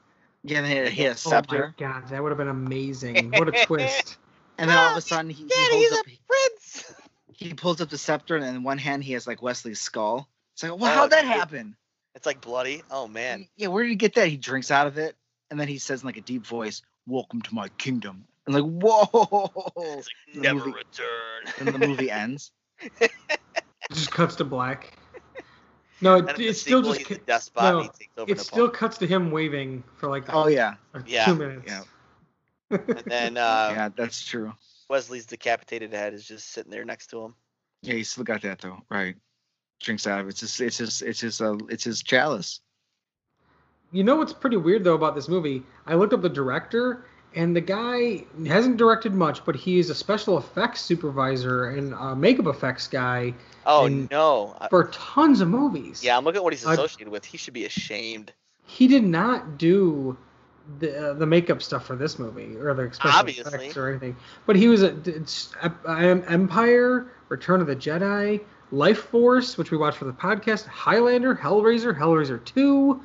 Yeah, and then he has a oh my scepter, god, that would have been amazing. What a twist. and then all of a sudden he, he Dad, holds he's up Prince. he pulls up the scepter, and in one hand he has like Wesley's skull. It's like, well, Oh, how'd that dude. happen? It's like bloody. Oh man. Yeah, where did he get that? He drinks out of it, and then he says in like a deep voice, "Welcome to my kingdom." And like, whoa! It's like, The never movie- return. and the movie ends. It just cuts to black. No, And it, in the it still sequel, just he's a cu- despot. no, and he takes over it Nepal. still cuts to him waving for like Oh yeah, like yeah, two minutes. yeah. And then uh, yeah, that's true. Wesley's decapitated head is just sitting there next to him. Yeah, you still got that though, right? Drinks out of it. It's his, it's his, it's his, uh, it's his chalice. You know what's pretty weird though about this movie? I looked up the director, and the guy hasn't directed much, but he's a special effects supervisor and a makeup effects guy Oh And- no. I- for tons of movies. yeah, I'm looking at what he's I- associated with. He should be ashamed. he did not do the uh, the makeup stuff for this movie or the special Obviously. effects or anything. But he was a d- it's- uh, um, Empire, Return of the Jedi, Life Force, which we watched for the podcast, Highlander, Hellraiser, Hellraiser Two,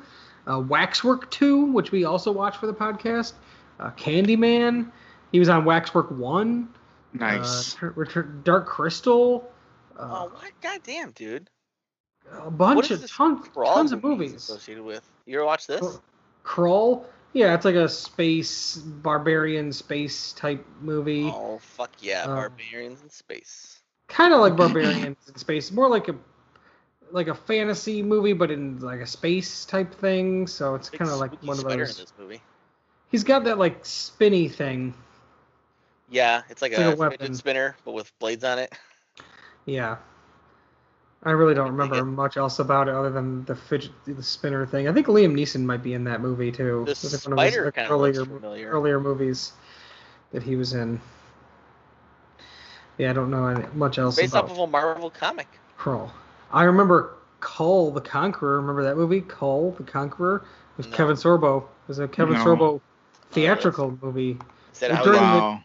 uh, Waxwork Two, which we also watched for the podcast, uh, Candyman. He was on Waxwork One, Nice. uh, Tur- Return- Dark Crystal, Oh, uh, what? Goddamn, dude. a What bunch is of this ton- Crawl tons of movie he's movies. associated with. You ever watch this? Cr- Crawl? Yeah, it's like a space barbarian space type movie. Oh fuck yeah, Um, barbarians in space. Kind of like Oh. barbarians in space, more like a like a fantasy movie, but in like a space type thing. So it's Big kind of like spooky one of spider in those. this movie. He's got that like spinny thing. Yeah, it's like It's a, like a weapon. fidget spinner, but with blades on it. Yeah. I really don't think remember much else about it other than the fidget the spinner thing. I think Liam Neeson might be in that movie too. The It was like one his, spider like, kind of looks earlier- familiar. earlier movies that he was in. Yeah, I don't know any- much else Based about off of a Marvel comic. Kroll. I remember Call the Conqueror. Remember that movie, Call the Conqueror, with No. Kevin Sorbo. It was a Kevin No. Sorbo theatrical movie. Is that Well, how during he- the- Wow.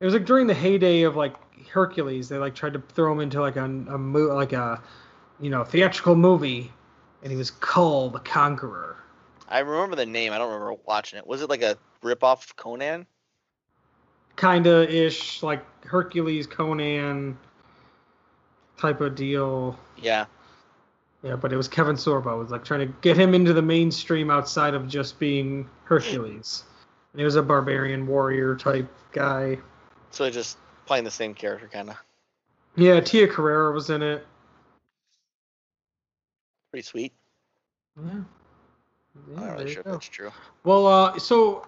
It was like during the heyday of like Hercules. They like tried to throw him into like a, a mo- like a you know theatrical movie, and he was Call the Conqueror. I remember the name. I don't remember watching it. Was it like a ripoff of Conan? kinda ish, like Hercules, Conan type of deal. Yeah. Yeah, but it was Kevin Sorbo. It was like trying to get him into the mainstream outside of just being Hercules. And he was a barbarian warrior type guy. So they're just playing the same character, kind of. Yeah, Tia Carrera was in it. Pretty sweet. Yeah. I'm Yeah, not there really you sure go. if that's true. Well, uh, so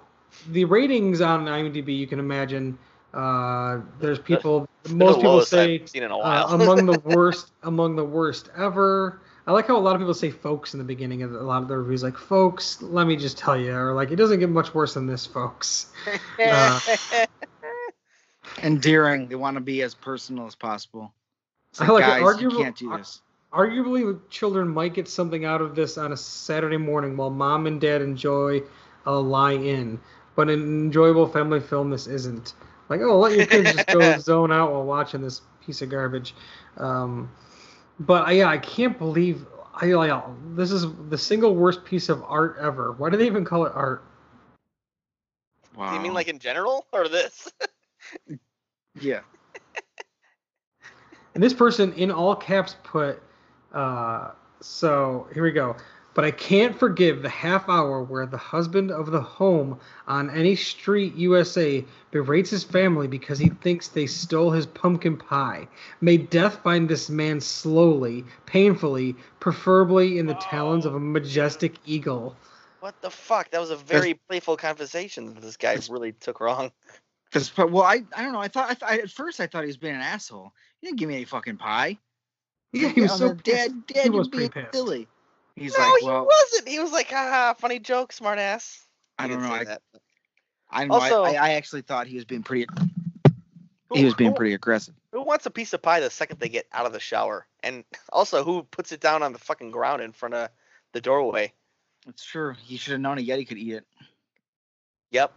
the ratings on IMDb, you can imagine, uh, there's people. They're Most the people lowest say I've seen in a uh, while. among the worst, among the worst ever. I like how a lot of people say "folks" in the beginning of a lot of their reviews, like "folks." Let me just tell you, or like it doesn't get much worse than this, folks. uh, Endearing. They want to be as personal as possible. It's I like it. guys, you Arguable- can't do this. Arguably, children might get something out of this on a Saturday morning while mom and dad enjoy a lie-in, but an enjoyable family film this isn't. Like, oh, let your kids just go zone out while watching this piece of garbage. Um, but I, yeah, I can't believe I, I this is the single worst piece of art ever. Why do they even call it art? Wow. Do you mean like in general or this? Yeah. And this person in all caps put, uh, so here we go. But I can't forgive the half hour where the husband of the home on any street USA berates his family because he thinks they stole his pumpkin pie. May death find this man slowly, painfully, preferably in the talons of a majestic eagle. What the fuck? That was a very playful conversation that this guy really took wrong. This part, well, I, I don't know. I thought I, th- I at first I thought he was being an asshole. He didn't give me any fucking pie. Yeah, he was I'm so like, dad. Dad, was you're pretty being pissed. silly. He's no, like, he well, wasn't. He was like, haha, funny joke, smartass." I don't know. I, I don't Also- know. I, I, I actually thought he was being pretty. Oh, He was being pretty aggressive. Who wants a piece of pie the second they get out of the shower? And also, who puts it down on the fucking ground in front of the doorway? It's true. He should have known a yeti could eat it. Yep.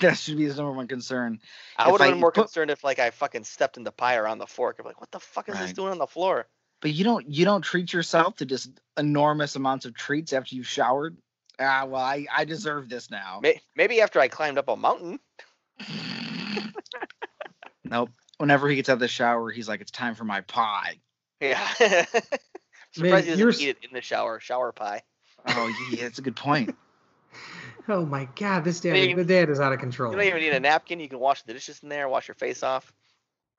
that should be his number one concern. I If would have I- been more but- concerned if like I fucking stepped in the pie or on the fork. I'm like, what the fuck is this Right. doing on the floor? But you don't you don't treat yourself to just enormous amounts of treats after you've showered. Ah, well, I I deserve this Oh. now. May- Maybe after I climbed up a mountain. Nope. Whenever he gets out of the shower, he's like, "It's time for my pie." Yeah. Surprised he you're doesn't s- eat it in the shower. Shower pie. Oh, yeah, that's a good point. Oh my god, this dad, Big- the dad is out of control. You don't even need a napkin. You can wash the dishes in there. Wash your face off.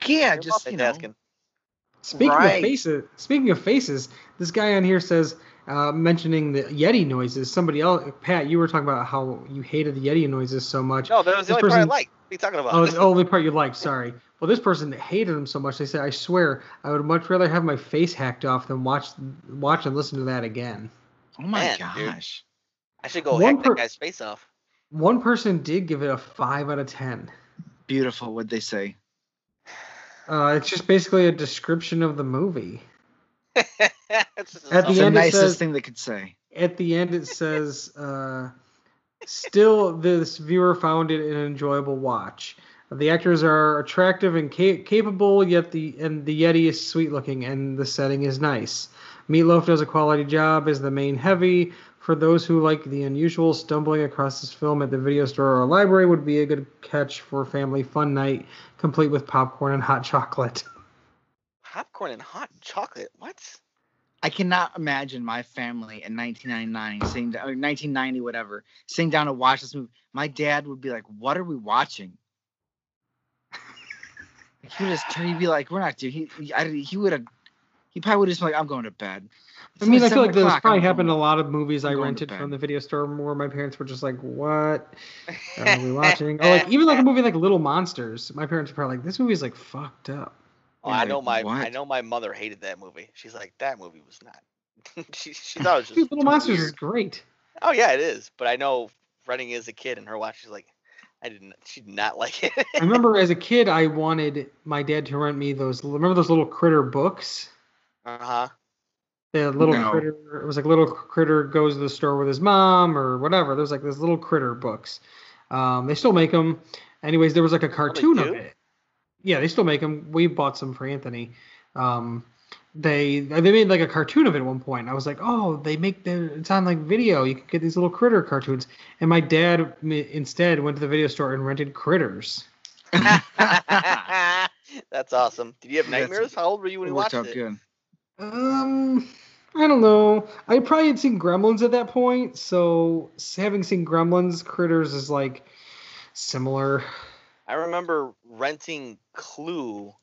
Yeah, You're just you know, multitasking. Speaking Right. of faces, speaking of faces, this guy on here says, uh, mentioning the Yeti noises. Somebody else, Pat, you were talking about how you hated the Yeti noises so much. No, that was the This only part I person- liked. What are you talking about? Oh, it's the only part you liked. Sorry. Well, this person hated him so much. They said, "I swear, I would much rather have my face hacked off than watch, watch and listen to that again." oh my Man, dude. gosh, I should go One hack per- that guy's face off. One person did give it a five out of ten. beautiful. What they say? Uh, it's just basically a description of the movie. That's just At It's the the end it nicest says- thing they could say. at the end it says uh, still this viewer found it an enjoyable watch the actors are attractive and ca- capable yet the and the yeti is sweet looking and the setting is nice meatloaf does a quality job as the main heavy for those who like the unusual stumbling across this film at the video store or library would be a good catch for family fun night complete with popcorn and hot chocolate popcorn and hot chocolate. What? I cannot imagine my family in 1999 sitting down, or 1990 whatever sitting down to watch this movie. My dad would be like, "What are we watching?" he would just turn. He'd be like, "We're not doing." He he- I, he would have. He probably would have just been like, "I'm going to bed." I mean, I feel 7 like this o'clock, probably I'm happened to a going- lot of movies I'm I going to rented bed. from the video store where my parents were just like, "What are we watching?" Or like even like a movie like Little Monsters, my parents were probably like, "This movie's like fucked up." Oh, You're I like, know my I "What?" know my mother hated that movie. She's like that movie was not. she she thought it was Dude, just Little Monsters is weird. great. Oh yeah, it is. But I know running as a kid and her watch. She's like, I didn't. She did not like it. I remember as a kid, I wanted my dad to rent me those. Remember those little critter books? uh huh. The little No. critter. It was like little critter goes to the store with his mom or whatever. There was like those little critter books. Um, they still make them. Anyways, there was like a cartoon of do? it. Yeah, they still make them. We bought some for Anthony. Um, they they made like a cartoon of it at one point. I was like, oh, they make the it's on like video. You can get these little critter cartoons. And my dad m- instead went to the video store and rented Critters. That's awesome. Did you have That's- nightmares? How old were you when you worked watched out it? good. Um, I don't know. I probably had seen Gremlins at that point, so having seen Gremlins, Critters is like similar. I remember renting Clue,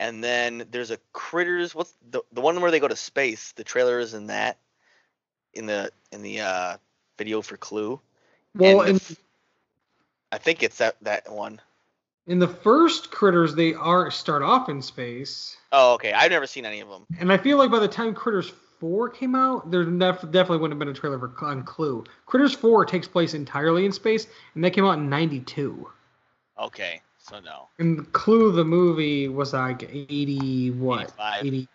and then there's a Critters. What's the the one where they go to space? The trailer is in that, in the in the uh, video for Clue. Well, and in, the f- I think it's that that one. in the first Critters, they are start off in space, Oh, okay. I've never seen any of them. and I feel like by the time Critters Four came out, there def- definitely wouldn't have been a trailer for on Clue. Critters Four takes place entirely in space, and that came out in '92. Okay, so no. And Clue, the movie, was like eighty what 85. eighty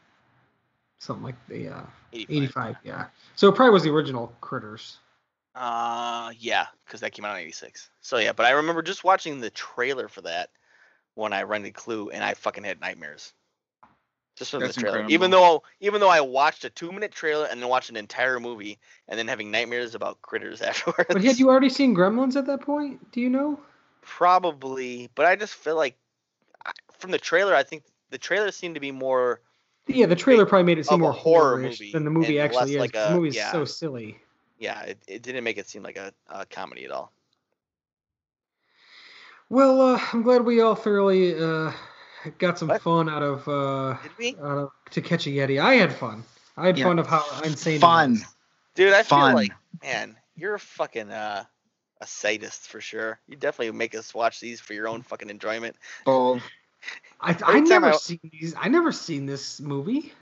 something like the yeah. 85. 85, yeah. So it probably was the original Critters. Uh, yeah, because that came out in '86. So yeah, but I remember just watching the trailer for that when I rented Clue, and I fucking had nightmares. Just from That's this trailer, incredible. even though even though I watched a two-minute trailer and then watched an entire movie, and then having nightmares about critters afterwards. But had you already seen Gremlins at that point? Do you know? probably, but I just feel like I- from the trailer, I think the trailer seemed to be more. Yeah, the trailer probably made it seem Of a more horror horror-ish movie than the movie and actually is. less like the a- movie's yeah. so silly. Yeah, it, it didn't make it seem like a, a comedy at all. Well, uh, I'm glad we all thoroughly uh, got some What? fun out of, uh, Did we, out of To Catch a Yeti. I had fun. I had Yeah. fun of how insane. it Fun. was. dude? I Fun. feel like man, you're a fucking uh, a sadist for sure. You definitely make us watch these for your own fucking enjoyment. Bold. I, I Every time never I- seen these. I never seen this movie.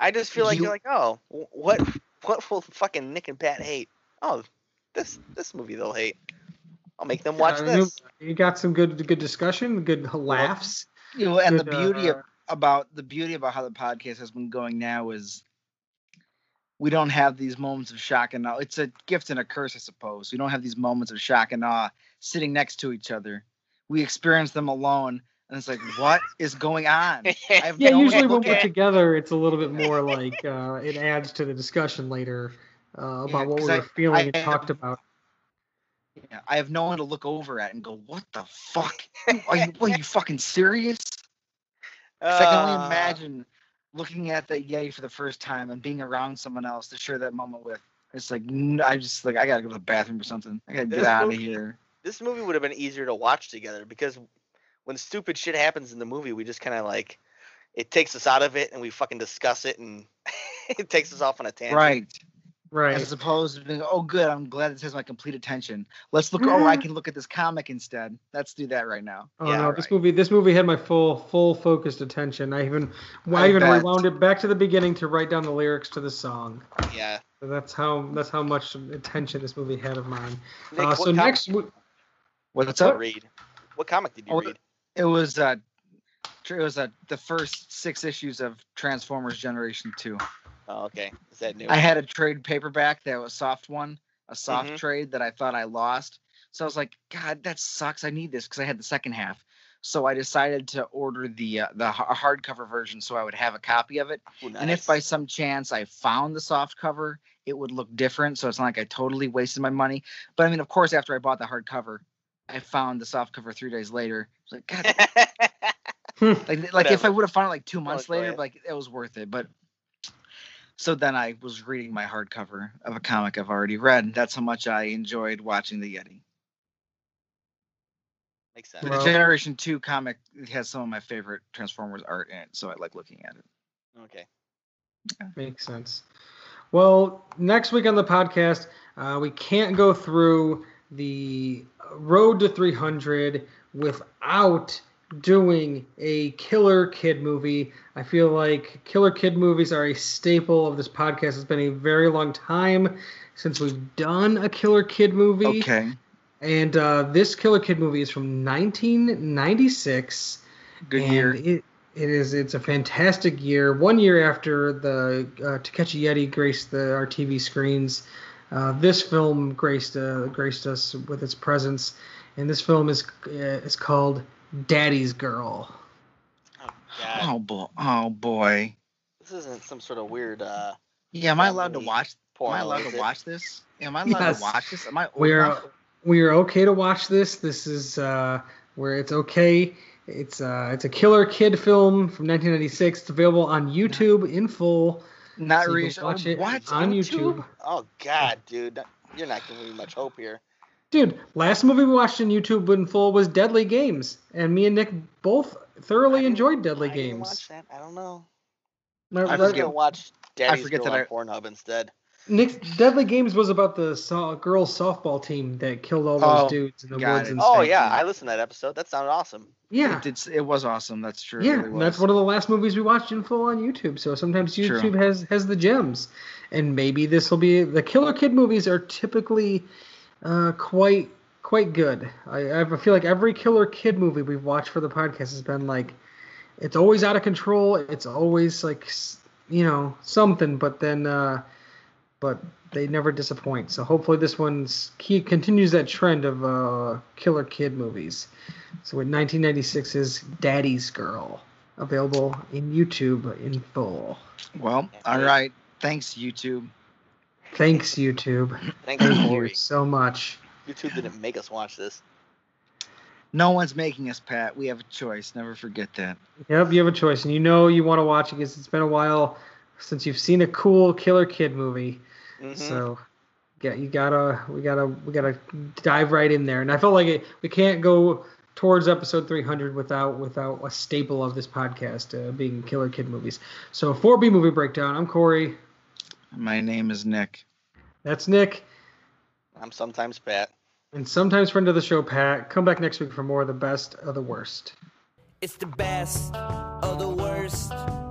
I just feel like You- you're like, oh, wh- what, what will fucking Nick and Pat hate? Oh, this this movie they'll hate. I'll make them Uh, watch I mean, this. You got some good good discussion, good laughs, You know, and the good, beauty uh, of, about the beauty about how the podcast has been going now is we don't have these moments of shock and awe. It's a gift and a curse, I suppose. We don't have these moments of shock and awe sitting next to each other. We experience them alone, and it's like, what is going on? I have yeah no way usually to when look we're at- together it's a little bit more like uh, it adds to the discussion later uh, about Yeah, what 'cause we were I- feeling I and am- talked about Yeah, I have no one to look over at and go, "What the fuck? Are you? What, are you fucking serious?" 'Cause I can only Uh, imagine looking at that yay for the first time and being around someone else to share that moment with. It's like n- I just like I gotta go to the bathroom or something. I gotta get This out of movie- here. This movie would have been easier to watch together because when stupid shit happens in the movie, we just kind of like it takes us out of it and we fucking discuss it and it takes us off on a tangent. Right. right As opposed to being, oh good, I'm glad this has my complete attention. Let's look. Oh, I Mhm. can look at this comic instead. Let's do that right now. oh yeah, no this right. movie this movie had my full full focused attention i even i, I even bet. rewound it back to the beginning to write down the lyrics to the song Yeah. So that's how that's how much attention this movie had of mine Nick, uh, what so comic next did w- What's you up? read? What comic did you Oh, read? It was uh, tr- it was uh, the first six issues of Transformers Generation Two. Oh, okay. Is that new? I had a trade paperback that was soft one, a soft Mhm. trade that I thought I lost. So I was like, God, that sucks. I need this because I had the second half. So I decided to order the uh, the h- hardcover version so I would have a copy of it. Ooh, And if nice. by some chance I found the soft cover, it would look different. So it's not like I totally wasted my money. But I mean, of course, after I bought the hardcover, I found the soft cover three days later. I was like, God, like, like if I Whatever. would have found it like two months enjoy later, it. like it was worth it. But so then I was reading my hardcover of a comic I've already read. That's how much I enjoyed watching the Yeti. Makes The sense. Well- Generation Two comic has some of my favorite Transformers art in it, so I like looking at it. Okay. Makes sense. Well, next week on the podcast, uh, we can't go through the road to 300 without doing a killer kid movie. I feel like killer kid movies are a staple of this podcast. It's been a very long time since we've done a killer kid movie. Okay, And uh, this killer kid movie is from 1996 good and year. It, it is. It's a fantastic year. One year after the uh, Takeshi Yeti graced the, our TV screens, uh, this film graced uh, graced us with its presence. And this film is uh, is called Daddy's Girl. Oh, God. Oh boy, oh boy. This isn't some sort of weird uh, Yeah, am I allowed to Family watch? Am porn. I allowed is to it? watch this? Am I allowed Yes. to watch this? Am I old We're enough? we are okay to watch this. This is uh, where it's okay It's uh, it's a killer kid film from 1996. It's available on YouTube in full. Not So you can reach. watch it what on YouTube? YouTube. Oh God, dude, you're not giving me much hope here. Dude, last movie we watched on YouTube in full was Deadly Games, and me and Nick both I thoroughly didn't- enjoyed Deadly I didn't Games. uh, Watch that? I don't know. Let- I I'm let- just forget- gonna watch Daddy's forget that Girl on I- Pornhub instead. Nick's Deadly Games was about the so- girls softball team that killed all those Oh, dudes in the got woods it. and Oh stuff. yeah, I listened to that episode. That sounded awesome. yeah, It, did, it was awesome. That's true. it yeah. really that's was. one of the last movies we watched in full on YouTube. So sometimes True. YouTube has has the gems, and maybe this will be the Killer Kid movies are typically uh, quite quite good. I, I feel like every Killer Kid movie we've watched for the podcast has been like, it's always out of control. It's always like s- you know something, but then. Uh, but they never disappoint. So hopefully this one's key continues that trend of uh, killer kid movies. So in 1996's Daddy's Girl, available in YouTube in full. Well, all right. Thanks, YouTube. Thanks YouTube. Thanks, Thank you Corey. so much. YouTube didn't make us watch this. No one's making us, Pat. We have a choice. Never forget that. Yep, you have a choice, and you know you want to watch it because it's been a while since you've seen a cool killer kid movie. Mhm. So yeah, you gotta we gotta we gotta dive right in there. And I felt like it, we can't go towards episode 300 without without a staple of this podcast uh, being killer kid movies. So for B movie breakdown, I'm Corey. My name is Nick. That's Nick. I'm sometimes Pat. And sometimes friend of the show, Pat. Come back next week for more of the best of the worst. It's the best of the worst.